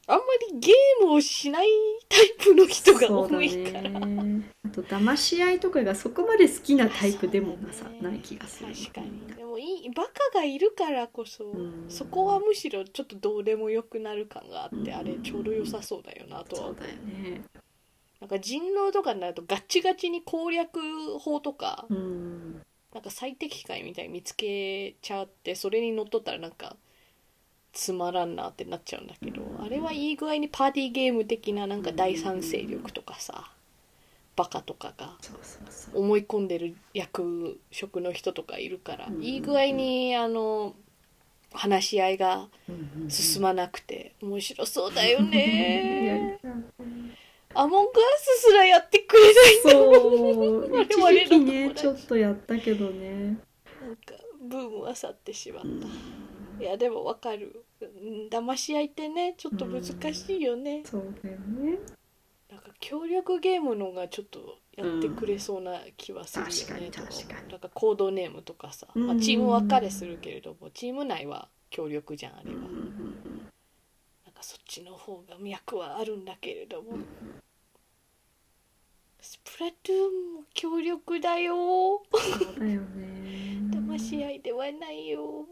Speaker 1: あんまりゲームをしないタイプの人が
Speaker 2: そうだ
Speaker 1: 多いから、
Speaker 2: ねあと騙し合いとかがそこまで好きなタイプでもな
Speaker 1: そう
Speaker 2: さ、
Speaker 1: だね
Speaker 2: ない気がする
Speaker 1: 確かにでもいいバカがいるからこそ、
Speaker 2: うん
Speaker 1: そこはむしろちょっとどうでもよくなる感があって、
Speaker 2: うん
Speaker 1: あれちょうど良さそうだよなとは
Speaker 2: そうだよね
Speaker 1: なんか人狼とかになるとガチガチに攻略法とか、
Speaker 2: うん
Speaker 1: なんか最適解みたいに見つけちゃってそれにのっとったらなんかつまらんなってなっちゃうんだけど、あれはいい具合にパーティーゲーム的ななんか第三勢力とかさ、バカとかが
Speaker 2: そうそうそう
Speaker 1: 思い込んでる役職の人とかいるから、
Speaker 2: うん
Speaker 1: いい具合にあの話し合いが進ま
Speaker 2: ま
Speaker 1: なくて面白そうだよ
Speaker 2: や
Speaker 1: ね
Speaker 2: りたい
Speaker 1: アモングアスすらやってくれない
Speaker 2: そう
Speaker 1: 我々の
Speaker 2: 一時期ね
Speaker 1: 友達
Speaker 2: ちょっとやったけどね
Speaker 1: なんかブームは去ってしまっ
Speaker 2: うん
Speaker 1: たいやでもわかるうん騙し合いってねちょっと難しいよね、
Speaker 2: そうだよね
Speaker 1: なんか協力ゲームのがちょっとやってくれそうな気はするよね、
Speaker 2: うん確かに
Speaker 1: と
Speaker 2: 確かに
Speaker 1: なんかコードネームとかさ、まあ
Speaker 2: うん
Speaker 1: チーム分かれするけれどもチーム内は協力じゃんあれ
Speaker 2: う
Speaker 1: は、
Speaker 2: んうん
Speaker 1: なんかそっちの方が脈はあるんだけれども、スプラトゥーンも協力だよ
Speaker 2: そうだよね
Speaker 1: 騙し合いではないよ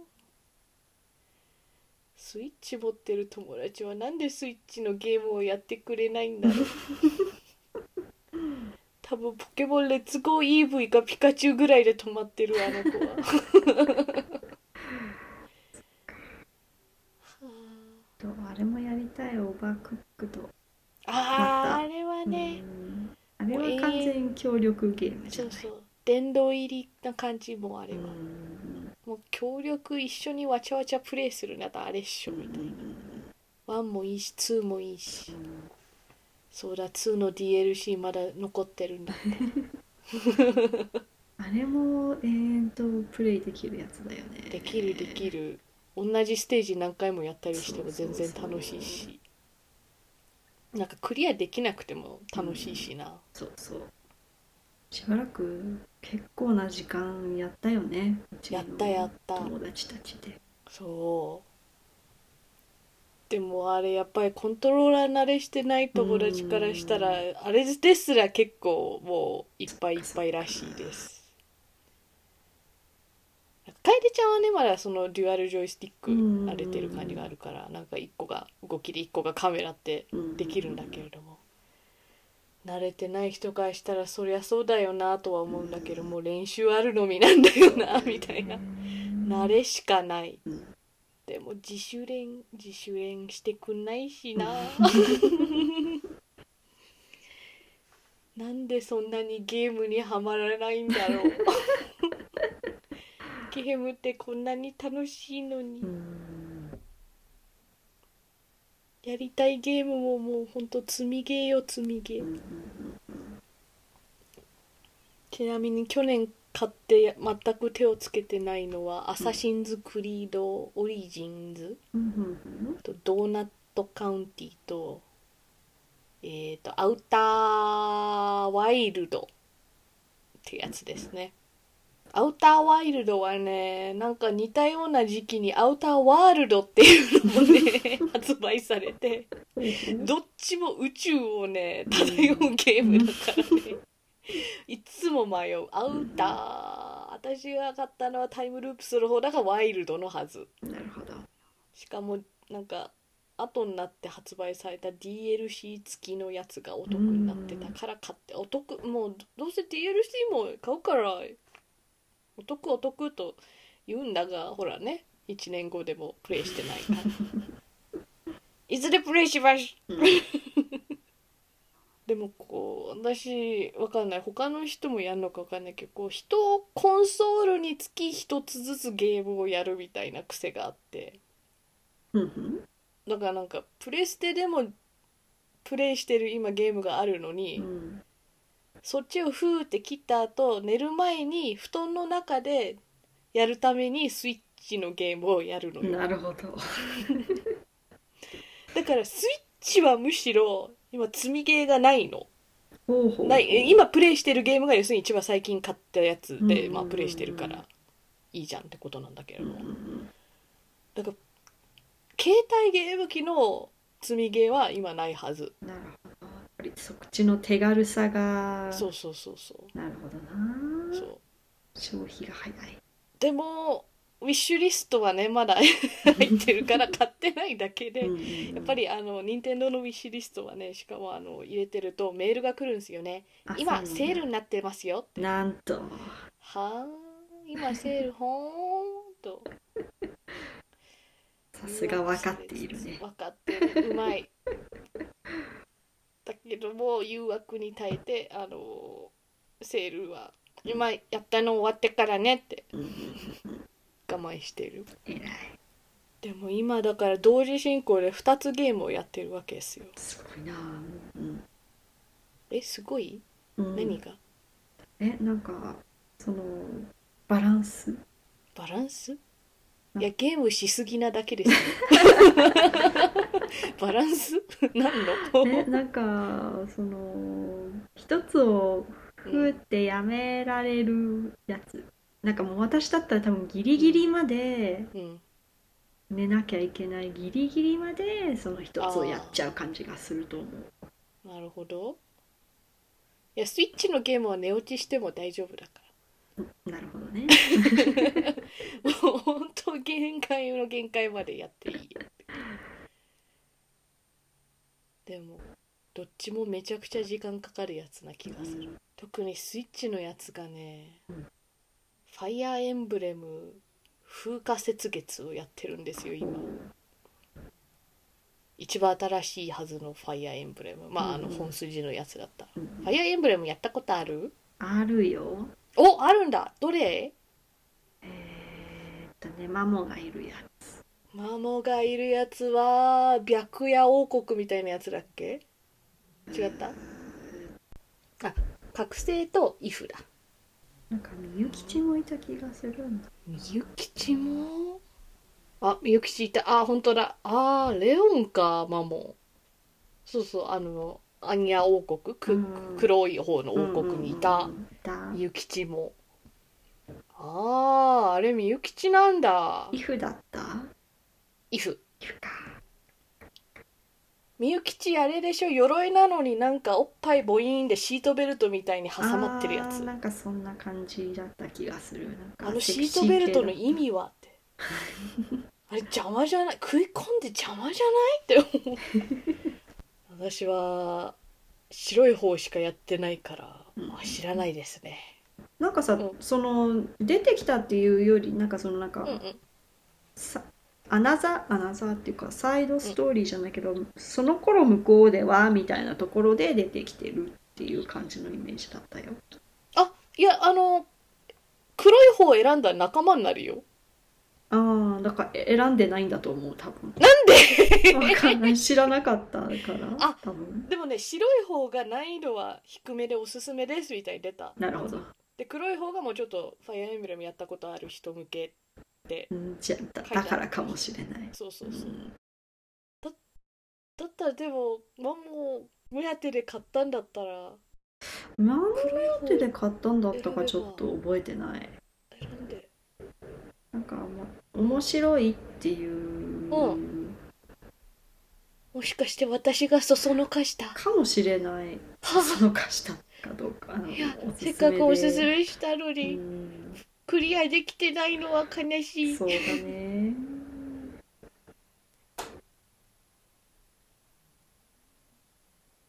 Speaker 1: スイッチ持ってる友達はなんでスイッチのゲームをやってくれないんだろう多分ポケモンレッツゴー EV かピカチュウぐらいで止まってるあの子はは
Speaker 2: とあれもやりたいオーバークックと、
Speaker 1: ああーあれはね、
Speaker 2: うんあれは完全協力ゲームじ
Speaker 1: そ
Speaker 2: ゃ
Speaker 1: う
Speaker 2: ない
Speaker 1: そう殿堂入りな感じもあれ
Speaker 2: う
Speaker 1: は、
Speaker 2: ん
Speaker 1: もう協力一緒にわちゃわちゃプレイするならあれっしょみたいな1もいいし2もいいしそうだ2の DLC まだ残ってるんだ
Speaker 2: あれも永遠とプレイできるやつだよね
Speaker 1: できるできる同じステージ何回もやったりしても全然楽しいしなんかクリアできなくても楽しいしな、
Speaker 2: そうそうしばらく結構な時間やったよねうちの
Speaker 1: やったやった
Speaker 2: 友達たちで
Speaker 1: そうでもあれやっぱりコントローラー慣れしてない友達からしたらあれですら結構もういっぱいいっぱいらしいです楓ちゃんはねまだそのデュアルジョイスティック慣れてる感じがあるからなんか一個が動きで一個がカメラってできるんだけれども慣れてない人からしたらそりゃそうだよなとは思うんだけどもう練習あるのみなんだよなみたいな慣れしかない、
Speaker 2: うん
Speaker 1: でも自主練自主練してくんないしななんでそんなにゲームにはまらないんだろうゲームってこんなに楽しいのに、
Speaker 2: うん
Speaker 1: やりたいゲームももうほんと積みゲーよ積みゲー、ちなみに去年買って全く手をつけてないのは「アサシンズ・クリード・オリジンズ
Speaker 2: うん」
Speaker 1: と「ドーナット・カウンティ」と「えっ、とアウター・ワイルド」ってやつですね。アウターワイルドはね、なんか似たような時期にアウターワールドっていうのもね、発売されて、どっちも宇宙をね漂うゲームだからねいつも迷うアウター私が買ったのはタイムループする方だがワイルドのはず
Speaker 2: なるほど
Speaker 1: しかもなんか後になって発売された DLC 付きのやつがお得になってたから買ってお得もうどうせ DLC も買うからお得お得と言うんだがほらね1年後でもプレイしてないからいずれプレイします
Speaker 2: うん
Speaker 1: でもこう私わかんない他の人もやるのかわかんないけどこう人をコンソールにつき一つずつゲームをやるみたいな癖があって
Speaker 2: うん
Speaker 1: だからなんかプレステでもプレイしてる今ゲームがあるのに、
Speaker 2: うん
Speaker 1: そっちをふーって切った後寝る前に布団の中でやるためにスイッチのゲームをやるのよ
Speaker 2: なるほど
Speaker 1: だからスイッチはむしろ今積みゲーがないの
Speaker 2: ほうほう
Speaker 1: ないえ今プレイしてるゲームが要するに一番最近買ったやつ
Speaker 2: うんうん
Speaker 1: で、
Speaker 2: うん
Speaker 1: まあ、プレイしてるからいいじゃんってことなんだけれ
Speaker 2: う
Speaker 1: ど
Speaker 2: ん
Speaker 1: も、
Speaker 2: うん
Speaker 1: だから携帯ゲーム機の積みゲーは今ないはず
Speaker 2: なるほどやっぱりそっちの手軽さが
Speaker 1: そうそうそうそう
Speaker 2: なるほどな
Speaker 1: そう
Speaker 2: 消費が早い
Speaker 1: でもウィッシュリストはねまだ 入ってるから買ってないだけで、やっぱ
Speaker 2: り
Speaker 1: りあの任天堂のウィッシュリストはねしかもあの入れてるとメールが来るんですよね今セールになってますよ
Speaker 2: なんと
Speaker 1: はあ今セールほーんと
Speaker 2: さすが分かっているね
Speaker 1: 分かってるうまいだけども誘惑に耐えてあのセールは今やったの終わってからねって
Speaker 2: うんうん
Speaker 1: 我慢してる
Speaker 2: 偉い
Speaker 1: でも今だから同時進行で2つゲームをやってるわけですよ
Speaker 2: すごいなうん
Speaker 1: えすごい
Speaker 2: うん
Speaker 1: 何が
Speaker 2: えなんかそのバランス
Speaker 1: バランス
Speaker 2: ない
Speaker 1: やゲームしすぎなだけ ですよバランス何
Speaker 2: え
Speaker 1: の
Speaker 2: なんかその一つをふーってやめられるやつなんかもう私だったら多分ギリギリまで
Speaker 1: うん
Speaker 2: 寝なきゃいけないギリギリまでその一つをやっちゃう感じがすると思う
Speaker 1: なるほどいやスイッチのゲームは寝落ちしても大丈夫だか
Speaker 2: なるほどね
Speaker 1: らもう本当限界の限界までやっていいよってでもどっちもめちゃくちゃ時間かかるやつな気がする特にスイッチのやつがね、
Speaker 2: うん
Speaker 1: ファイアーエンブレム風化雪月をやってるんですよ今一番新しいはずのファイアーエンブレムまああの
Speaker 2: うんうん
Speaker 1: 本筋のやつだった、
Speaker 2: うん
Speaker 1: ファイアーエンブレムやったことある
Speaker 2: あるよ
Speaker 1: おあるんだどれ
Speaker 2: えー、っとねマモがいるやつ
Speaker 1: マモがいるやつは白夜王国みたいなやつだっけ違ったあ覚醒とイフだ
Speaker 2: なんかみゆきちもいた気がするんだ
Speaker 1: みゆきちもあみゆきちいたあ本当だあーレオンかマモそうそうあのアニア王国く、
Speaker 2: うん
Speaker 1: 黒い方の王国にいた
Speaker 2: うんうんうんいた
Speaker 1: みゆきちもあああれみゆきちなんだ
Speaker 2: イフだった
Speaker 1: イフ
Speaker 2: イフか
Speaker 1: みゆきちあれでしょ鎧なのになんかおっぱいボイーンでシートベルトみたいに挟まってるや
Speaker 2: あ
Speaker 1: つ
Speaker 2: ーな
Speaker 1: あ
Speaker 2: んかそんな感じだった気がするなんか
Speaker 1: の
Speaker 2: セ
Speaker 1: シ
Speaker 2: ク
Speaker 1: ー
Speaker 2: シ
Speaker 1: トベル
Speaker 2: 系
Speaker 1: ト
Speaker 2: だ
Speaker 1: の意味はって あれ邪魔じゃない食い込んで邪魔じゃないって思う私は白い方しかやってないから、まあ知らないですね
Speaker 2: なんかさ、
Speaker 1: うん
Speaker 2: その出てきたっていうよりなんかそのなんか、
Speaker 1: うんうん
Speaker 2: さアナザーアナザーっていうかサイドストーリーじゃないけど、その頃向こうではみたいなところで出てきてるっていう感じのイメージだったよ。
Speaker 1: あいやあの黒い方を選んだら仲間になるよ
Speaker 2: ああだからえ選んでないんだと思う多分
Speaker 1: なんで
Speaker 2: わかんない知らなかったから
Speaker 1: あ
Speaker 2: 多分
Speaker 1: でもね白い方が難易度は低めでおすすめですみたいに出た
Speaker 2: なるほど、
Speaker 1: で黒い方がもうちょっとファイアーエンブレムやったことある人向け
Speaker 2: うん、じゃだ
Speaker 1: 書いてあ
Speaker 2: だ
Speaker 1: る
Speaker 2: からかもしれない
Speaker 1: そうそううそう、
Speaker 2: ん
Speaker 1: だったらでもマモ目当てで買ったんだったら
Speaker 2: 何
Speaker 1: 黒い方
Speaker 2: 手で買ったんだったかちょっと覚えてない
Speaker 1: 選んで
Speaker 2: なんか、ま、面白いっていう、
Speaker 1: うもしかして私がそそのかした
Speaker 2: かもしれないその貸したかどうかあの
Speaker 1: いや
Speaker 2: おすす
Speaker 1: せ
Speaker 2: め
Speaker 1: っかくおす
Speaker 2: です
Speaker 1: めしたのに、
Speaker 2: うん
Speaker 1: クリアできてないのは悲しい
Speaker 2: そうだね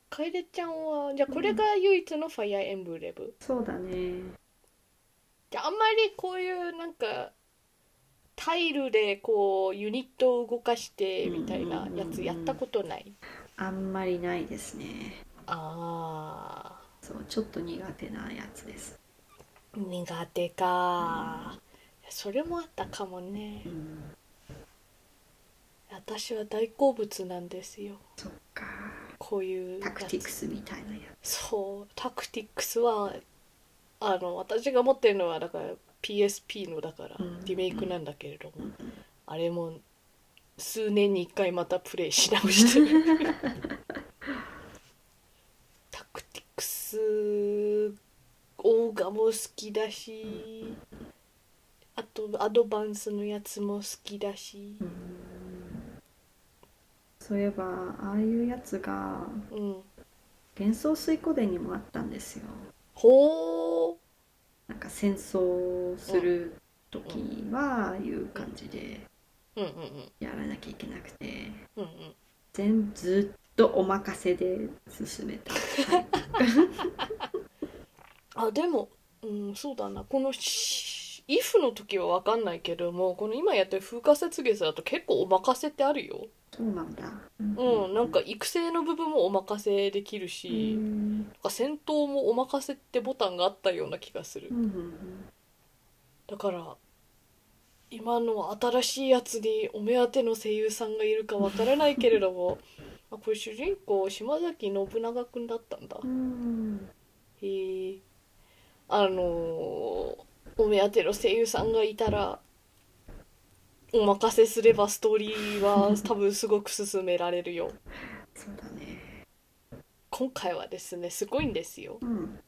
Speaker 1: 楓ちゃんはじゃあこれが唯一のファイアーエンブレム、
Speaker 2: そうだね
Speaker 1: じゃああんまりこういうなんかタイルでこうユニットを動かしてみたいなやつやったことない、
Speaker 2: あんまりないですね
Speaker 1: あ
Speaker 2: そうちょっと苦手なやつです、
Speaker 1: ー苦手か、それもあったかもね
Speaker 2: うん、
Speaker 1: 私は大好物なんですよ
Speaker 2: そっか
Speaker 1: こういうや
Speaker 2: タ
Speaker 1: つ
Speaker 2: クティクスみたいなや
Speaker 1: そうタクティックスはあの私が持ってるのはだから PSP のだから
Speaker 2: うん
Speaker 1: リメイクなんだけれども、
Speaker 2: うんうん
Speaker 1: あれも数年に一回またプレイし直してる タクティクスオーガも好きだしあとアドバンスのやつも好きだし
Speaker 2: つ、うん、そういえばああいうやつが
Speaker 1: うん
Speaker 2: 幻想水湖伝にもあったんですよ
Speaker 1: ほ
Speaker 2: なんか戦争する時はああいう感じで
Speaker 1: ーうんうんうん
Speaker 2: やらなきゃいけなくて
Speaker 1: うんうん
Speaker 2: 全ずっとお任せで進めた、 はい
Speaker 1: あでも、うん、そうだなこのし「if」の時は分かんないけどもこの今やってる風化雪月だと結構お任せってあるよ
Speaker 2: そうなんだ
Speaker 1: うんなんか育成の部分もお任せできる
Speaker 2: う
Speaker 1: し、
Speaker 2: ん
Speaker 1: なんか戦闘もお任せってボタンがあったような気がする
Speaker 2: うんうん
Speaker 1: だから今の新しいやつにお目当ての声優さんがいるかわからないけれどもあこれ主人公島崎信長くんだったんだ
Speaker 2: うん
Speaker 1: へえあのーお目当ての声優さんがいたらお任せすればストーリーは多分すごく進められるよ
Speaker 2: そうだね
Speaker 1: 今回はですねすごいんですよ
Speaker 2: うん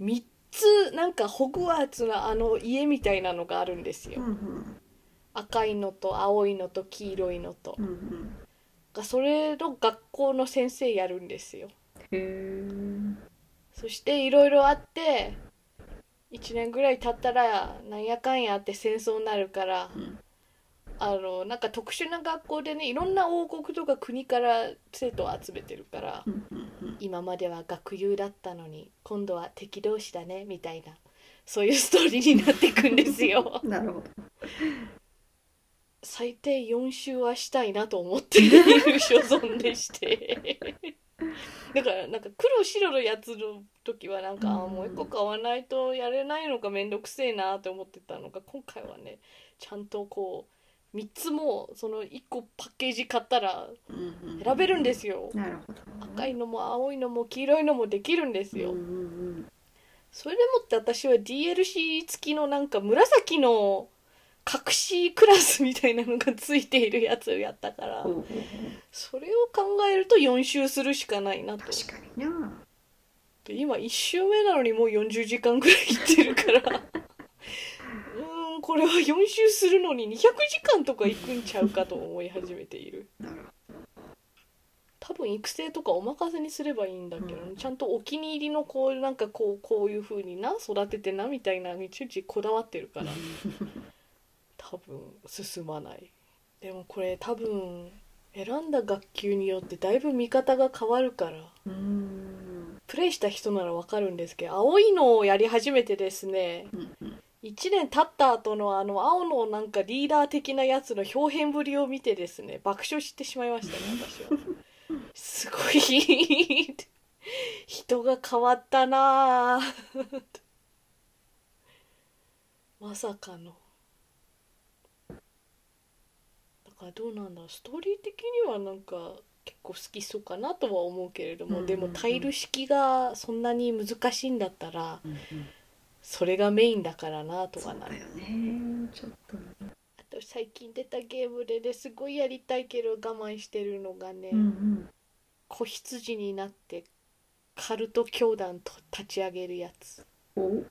Speaker 1: 3つなんかホグワーツのあの家みたいなのがあるんです
Speaker 2: う
Speaker 1: よ
Speaker 2: んうん
Speaker 1: 赤いのと青いのと黄色いのと
Speaker 2: うんうん
Speaker 1: がそれの学校の先生やるんですよ
Speaker 2: へー
Speaker 1: そしていろいろあって1年ぐらい経ったらなんやかんやあって戦争になるから
Speaker 2: うん
Speaker 1: あのなんか特殊な学校でねいろんな王国とか国から生徒を集めてるから
Speaker 2: うんうんうん
Speaker 1: 今までは学友だったのに今度は敵同士だねみたいなそういうストーリーになっていくんですよ
Speaker 2: なるほど
Speaker 1: 最低4周はしたいなと思っている所存でして だからなんか黒白のやつの時はなんか、あーもう一個買わないとやれないのがめんどくせえなと思ってたのが今回はねちゃんとこう3つもその1個パッケージ買ったら
Speaker 2: うんうん
Speaker 1: 選べるんですよ
Speaker 2: なるほど
Speaker 1: 赤いのも青いのも黄色いのもできるんですよ、
Speaker 2: うんうんうん
Speaker 1: それでもって私は DLC 付きのなんか紫の隠しクラスみたいなのが付いているやつをやったから
Speaker 2: おうおうおう
Speaker 1: それを考えると4周するしかないなと
Speaker 2: 確かにな
Speaker 1: で今1周目なのにもう40時間ぐらいいってるから うーんこれは4周するのに200時間とかいくんちゃうかと思い始めている
Speaker 2: なるほど
Speaker 1: 多分育成とかお任せにすればいいんだけど、ちゃんとお気に入りのこうなんかこうこういう風にな育ててなみたいなちゅちこだわってるから多分進まないでもこれ多分選んだ学級によってだいぶ見方が変わるから
Speaker 2: うん
Speaker 1: プレイした人ならわかるんですけど青いのをやり始めてですね
Speaker 2: うんうん
Speaker 1: 1年経った後のあの青のなんかリーダー的なやつの表現ぶりを見てですね爆笑してしまいましたね私はすごい 人が変わったなぁ まさかのだからどうなんだろうストーリー的にはなんか結構好きそうかなとは思うけれども、
Speaker 2: うんうんうん
Speaker 1: でもタイル式がそんなに難しいんだったら
Speaker 2: うんうん、
Speaker 1: それがメインだからなと
Speaker 2: そ
Speaker 1: か
Speaker 2: う
Speaker 1: な
Speaker 2: だよねちょっとね
Speaker 1: あと最近出たゲームでねすごいやりたいけど我慢してるのがね、
Speaker 2: うんうん
Speaker 1: 子羊になってカルト教団と立ち上げるやつ
Speaker 2: おへ
Speaker 1: もう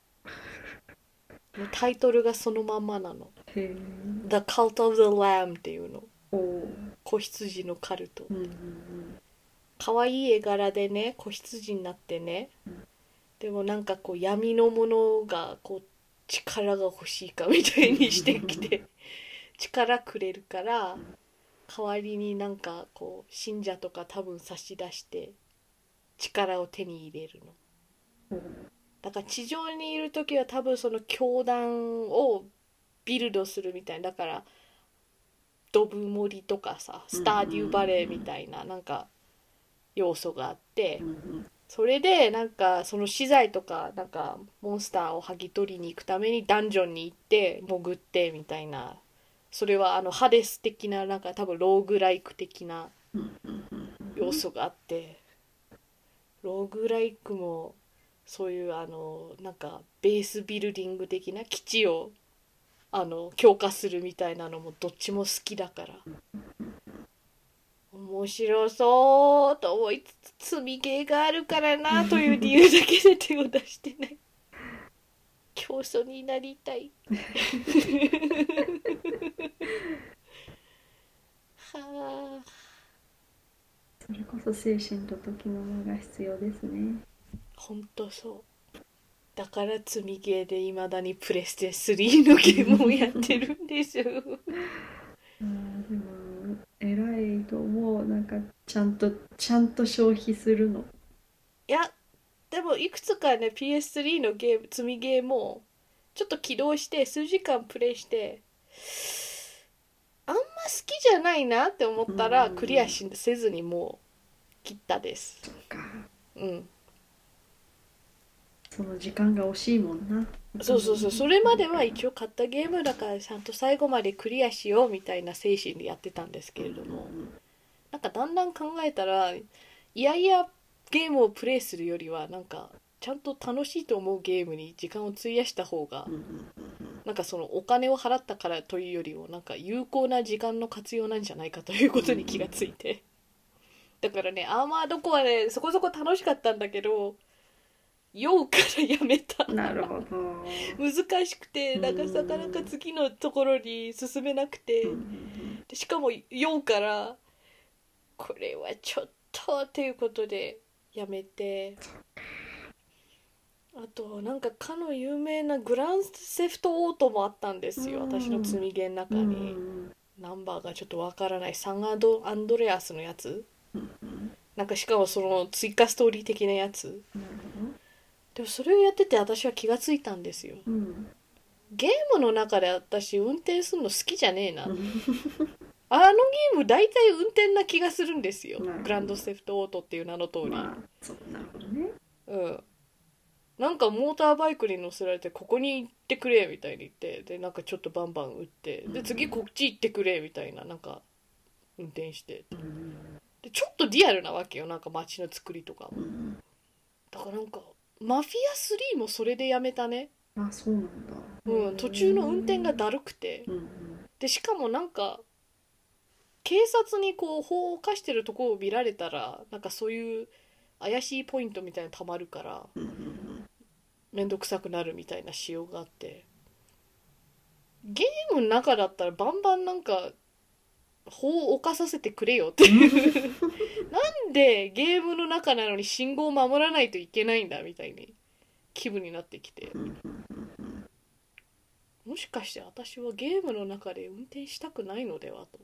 Speaker 1: タイトルがそのまんまなの
Speaker 2: え
Speaker 1: 「The Cult of the Lamb」っていうの
Speaker 2: おうん
Speaker 1: 子羊のカルト
Speaker 2: うんうん
Speaker 1: 可愛い絵柄でね子羊になってね
Speaker 2: うん
Speaker 1: でもなんかこう闇のものがこう力が欲しいかみたいにしてきて力くれるから
Speaker 2: ん
Speaker 1: 代わりになんかこう信者とか多分差し出して力を手に入れるの
Speaker 2: お
Speaker 1: だから地上にいる時は多分その教団をビルドするみたいなだからドブ森とかさスターデューバレーみたいななんか要素があって
Speaker 2: うんうん
Speaker 1: それでなんかその資材とかなんかモンスターを剥ぎ取りに行くためにダンジョンに行って潜ってみたいなそれはあのハデス的ななんか多分ローグライク的な
Speaker 2: うんうんうん
Speaker 1: 要素があって、ローグライクもそういうあのなんかベースビルディング的な基地をあの強化するみたいなのもどっちも好きだから面白そうと思いつつ積みゲーがあるからなという理由だけで手を出してない競争になりたい はあ
Speaker 2: それこそ精神と時の間が必要ですね
Speaker 1: ほんとそうだから積みゲーでいまだにプレステ3のゲームをやってるんです よ
Speaker 2: あーでも偉いと思うなんかちゃんとちゃんと消費するの
Speaker 1: いやでもいくつかね PS3 のゲーム積みゲーもちょっと起動して数時間プレイしてあんま好きじゃないなって思ったら
Speaker 2: うん
Speaker 1: クリアしせずにもう切ったです
Speaker 2: とか
Speaker 1: うん
Speaker 2: その時間が惜しいもんな
Speaker 1: そうそうそうそれまでは一応買ったゲームだからちゃんと最後までクリアしようみたいな精神でやってたんですけれども、なんかだんだん考えたらいやいやゲームをプレイするよりはなんかちゃんと楽しいと思うゲームに時間を費やした方が
Speaker 2: うんうんうん
Speaker 1: なんかそのお金を払ったからというよりもなんか有効な時間の活用なんじゃないかということに気がついてだからねアーマードコアねそこそこ楽しかったんだけど酔うからやめた
Speaker 2: うんなるほど
Speaker 1: 難しくてなんかなかなか次のところに進めなくて。でしかも酔うからこれはちょっとっていうことでやめてあとなんかかの有名なグランセフトオートもあったんですよ
Speaker 2: うん
Speaker 1: 私の積みゲの中
Speaker 2: うん
Speaker 1: にナンバーがちょっとわからないサンアドアンドレアスのやつなんかしかもその追加ストーリー的なやつ
Speaker 2: なるほど
Speaker 1: でもそれをやってて私は気がついたんですよ
Speaker 2: うん
Speaker 1: ゲームの中で私運転するの好きじゃねえな
Speaker 2: うん
Speaker 1: あのゲーム大体運転な気がするんですよ。
Speaker 2: なるほど
Speaker 1: グランドセフトオートっていう名の通り。
Speaker 2: まあそうなるほどね
Speaker 1: うん。なんかモーターバイクに乗せられてここに行ってくれみたいに言ってでなんかちょっとバンバン打って
Speaker 2: うんう
Speaker 1: で
Speaker 2: ん
Speaker 1: 次こっち行ってくれみたいななんか運転して
Speaker 2: うん
Speaker 1: でちょっとリアルなわけよなんか街の作りとかも
Speaker 2: うん
Speaker 1: だからなんかマフィア3もそれでやめたね
Speaker 2: あそうなんだ
Speaker 1: うん途中の運転がだるくて
Speaker 2: うんうん
Speaker 1: でしかもなんか警察にこう法を犯してるところを見られたらなんかそういう怪しいポイントみたいなのたまるから
Speaker 2: うんうん
Speaker 1: 面倒くさくなるみたいな仕様があってゲームの中だったらバンバンなんか法を犯させてくれよっていうなんでゲームの中なのに信号を守らないといけないんだみたいに気分になってきて
Speaker 2: うん
Speaker 1: もしかして私はゲームの中で運転したくないのではと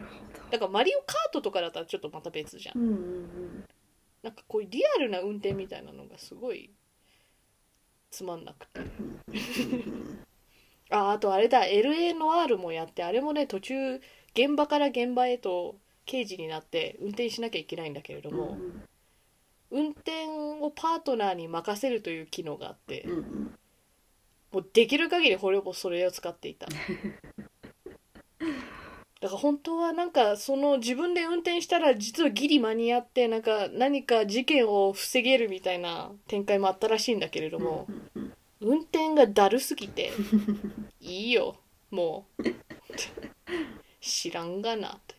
Speaker 2: なるほど
Speaker 1: だからマリオカートとかだったらちょっとまた別じゃん
Speaker 2: うんうん
Speaker 1: なんかこういうリアルな運転みたいなのがすごいつまんなくて ああとあれだ LA ノアールもやってあれもね途中現場から現場へと刑事になって運転しなきゃいけないんだけれど
Speaker 2: うん
Speaker 1: も、運転をパートナーに任せるという機能があって
Speaker 2: うんうん
Speaker 1: もうできる限りほれぼそれを使ってい ただから本当はなんかその自分で運転したら実はギリ間に合ってなんか何か事件を防げるみたいな展開もあったらしいんだけれども、
Speaker 2: うん
Speaker 1: 運転がだるすぎ ていいよもう知らんがなって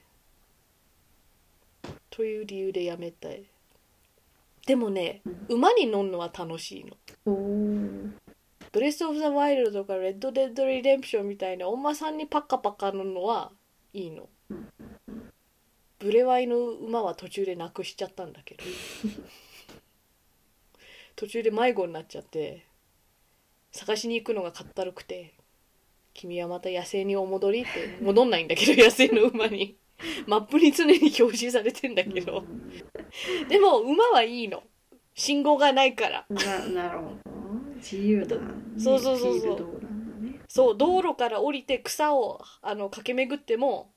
Speaker 1: という理由でやめたいでもね馬に乗るのは楽しいの
Speaker 2: うんうん
Speaker 1: ブレス・オブ・ザ・ワイルドとかレッド・デッド・リデンプションみたいなお馬さんにパッカパカ乗るのはいいの
Speaker 2: うん
Speaker 1: ブレワイの馬は途中でなくしちゃったんだけど途中で迷子になっちゃって探しに行くのがかったるくて「君はまた野生にお戻り」って戻んないんだけど野生の馬にマップに常に表示されてんだ
Speaker 2: おー
Speaker 1: けど、でも馬はいいの信号がないから
Speaker 2: ななるほど自由だ、ね、
Speaker 1: そうそうそうそう
Speaker 2: フィールドなんだね
Speaker 1: そう道路から降りて草をあの駆け巡っても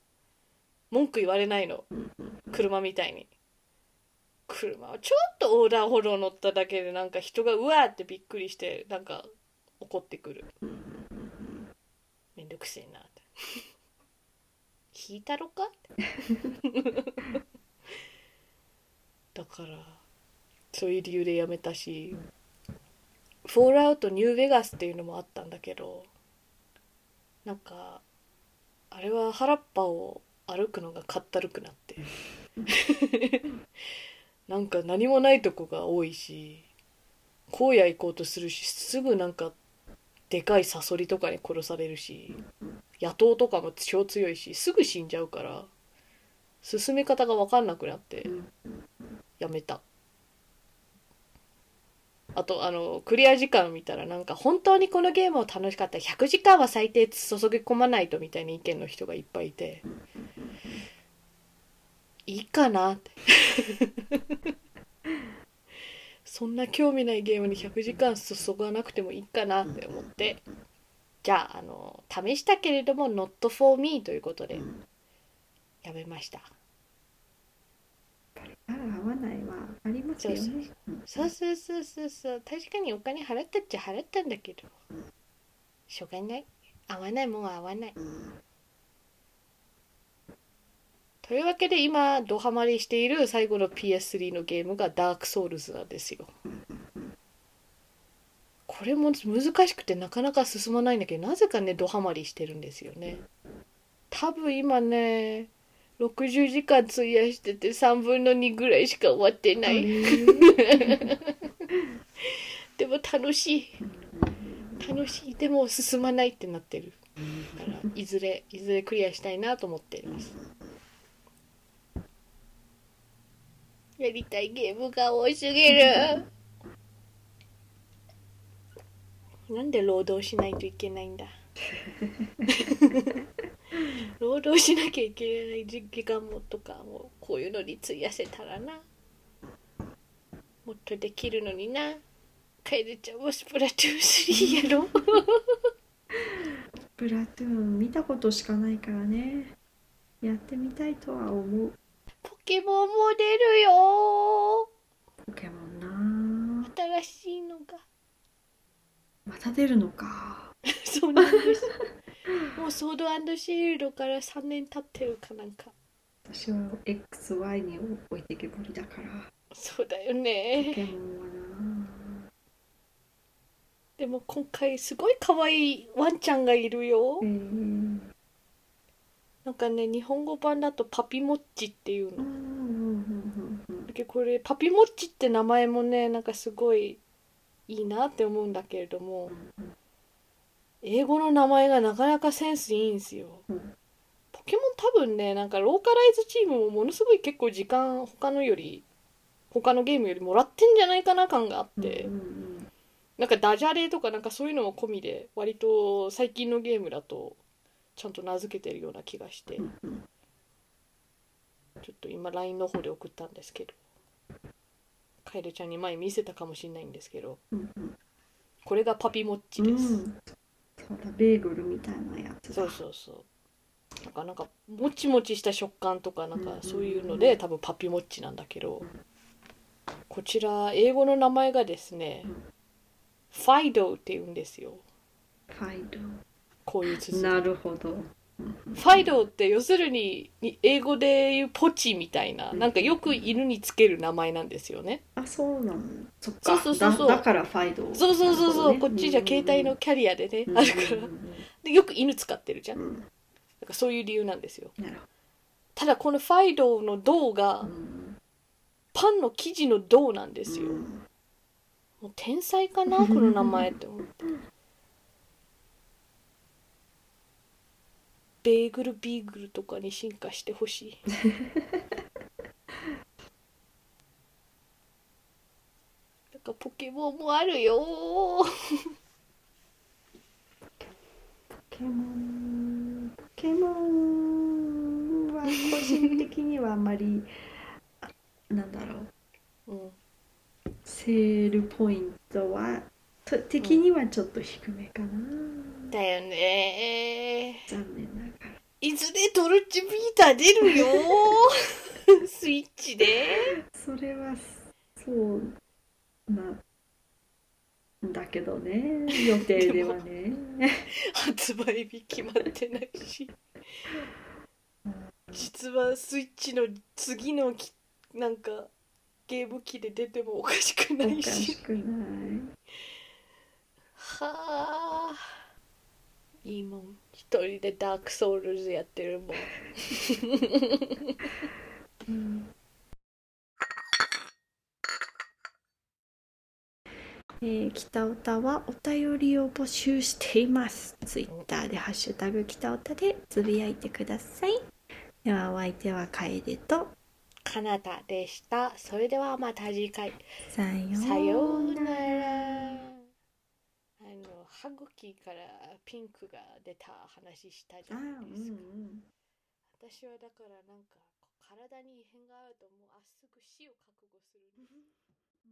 Speaker 1: 文句言われないの
Speaker 2: うん
Speaker 1: 車みたいに車はちょっと横断歩道乗っただけでなんか人がうわーってびっくりしてなんか怒ってくるめんどくせえなって 引いたろかってだからそういう理由でやめたし「フォールアウトニューベガス」っていうのもあったんだけどなんかあれは原っぱを歩くのがかったるくなってなんか何もないとこが多いし荒野行こうとするしすぐなんかでかいサソリとかに殺されるし野党とかも超強いしすぐ死んじゃうから進め方が分かんなくなってやめたあとあのクリア時間を見たらなんか本当にこのゲームを楽しかった100時間は最低注ぎ込まないとみたいな意見の人がいっぱいいていいかなって そんな興味ないゲームに100時間注がなくてもいいかなって思ってじゃああの試したけれども not for me ということでやめました
Speaker 2: あ合わないはありますよ
Speaker 1: そう
Speaker 2: ね
Speaker 1: そうそうそうそうそう確かにお金払ったっちゃ払ったんだけどしょうがない合わないもんは合わないというわけで今ドハマりしている最後の PS3 のゲームがダークソウルズなんですよこれも難しくてなかなか進まないんだけどなぜかねドハマりしてるんですよね多分今ね60時間費やしてて3分の2ぐらいしか終わってないでも楽しい楽しいでも進まないってなってるだからいずれいずれクリアしたいなと思っていますやりたいゲームが多すぎるなんで労働しないといけないんだ労働しなきゃいけない時間もとかもこういうのに費やせたらなもっとできるのにな楓ちゃんもスプラトゥーン3やろう
Speaker 2: プラトゥーン見たことしかないからねやってみたいとは思う
Speaker 1: ポケモンも出るよ
Speaker 2: ポケモンなあ
Speaker 1: 新しいのが
Speaker 2: また出るのか
Speaker 1: そうなんですもうソードシールドから3年経ってるかなんか
Speaker 2: 私は XY に置いてけぼりだから
Speaker 1: そうだよ
Speaker 2: ポ
Speaker 1: ね
Speaker 2: ケモンはな
Speaker 1: でも今回すごい可愛いワンちゃんがいるよ
Speaker 2: えー、
Speaker 1: なんかね日本語版だとパピモッチっていう
Speaker 2: うんう
Speaker 1: の
Speaker 2: んうん
Speaker 1: だけどこれパピモッチって名前もねなんかすごいいいなって思うんだけれども、
Speaker 2: うん
Speaker 1: 英語の名前がなかなかセンスいいんすよ、
Speaker 2: うん
Speaker 1: ポケモン多分ねなんかローカライズチームもものすごい結構時間他のより他のゲームよりもらってんじゃないかな感があって、
Speaker 2: うんうん
Speaker 1: なんかダジャレとかなんかそういうのも込みで割と最近のゲームだとちゃんと名付けてるような気がして、
Speaker 2: うんうん
Speaker 1: ちょっと今 LINE の方で送ったんですけど楓ちゃんに前見せたかもしれないんですけど
Speaker 2: うんうん
Speaker 1: これがパピモッチです、
Speaker 2: うん、そうだベーグルみたいなやつだ
Speaker 1: そうそうそうなんかなんかもちもちした食感とかなん
Speaker 2: うん
Speaker 1: か
Speaker 2: うん
Speaker 1: そういうので多分パピモッチなんだけどこちら英語の名前がですね
Speaker 2: うん
Speaker 1: ファイドっていうんですよ
Speaker 2: ファイ
Speaker 1: こういう
Speaker 2: ド
Speaker 1: 綴り
Speaker 2: なるほど
Speaker 1: ファイドって要するにに英語で言うポチみたいな
Speaker 2: うん
Speaker 1: なんかよく犬につける名前なんですよね
Speaker 2: あそうなんそっ
Speaker 1: そ
Speaker 2: か
Speaker 1: うそうそうそう
Speaker 2: だだからファイド
Speaker 1: そうそうそうそう、
Speaker 2: なる
Speaker 1: こ
Speaker 2: ほど
Speaker 1: っ
Speaker 2: ね
Speaker 1: ちじゃ携帯のキャリアでね、
Speaker 2: うん
Speaker 1: あるからでよく犬使ってるじゃん
Speaker 2: う
Speaker 1: なん
Speaker 2: うん
Speaker 1: かそういう理由なんですよ
Speaker 2: なるほ
Speaker 1: ただこのファイドの銅
Speaker 2: ど
Speaker 1: が
Speaker 2: うん
Speaker 1: パンの生地の銅なんですよ、
Speaker 2: うん
Speaker 1: もう天才か なこの名前って思ってベーグルビーグルとかに進化してほしい なんかポケモンもあるよ
Speaker 2: ポケモンポケモンは個人的にはあんまりあなんだろう
Speaker 1: うん
Speaker 2: セールポイントはと的にはちょっと低めかな、
Speaker 1: だよね
Speaker 2: 残念ながら
Speaker 1: いずれドルチビータ出るよ スイッチで
Speaker 2: それはそうなんだけどね予定ではね
Speaker 1: 発売日決まってないし実はスイッチの次のきなんかゲーム機で出てもおかしくな
Speaker 2: お
Speaker 1: い
Speaker 2: かし
Speaker 1: し
Speaker 2: くない
Speaker 1: はあいいもん一人でダークソウルズやってるもん
Speaker 2: えー、北オタはお便りを募集しています。ツイッターでハッシュタグ北オタでつぶやいてください。ではお相手は楓と
Speaker 1: カナダでしたそれではまた次回
Speaker 2: さよう
Speaker 1: さようならあの歯茎からピンクが出た話したじ
Speaker 2: あ
Speaker 1: ゃ
Speaker 2: あ
Speaker 1: な
Speaker 2: う
Speaker 1: いですか、
Speaker 2: ん
Speaker 1: 私はだからなんかこう体に異変があるともうあすぐ死を覚悟するんです
Speaker 2: うん。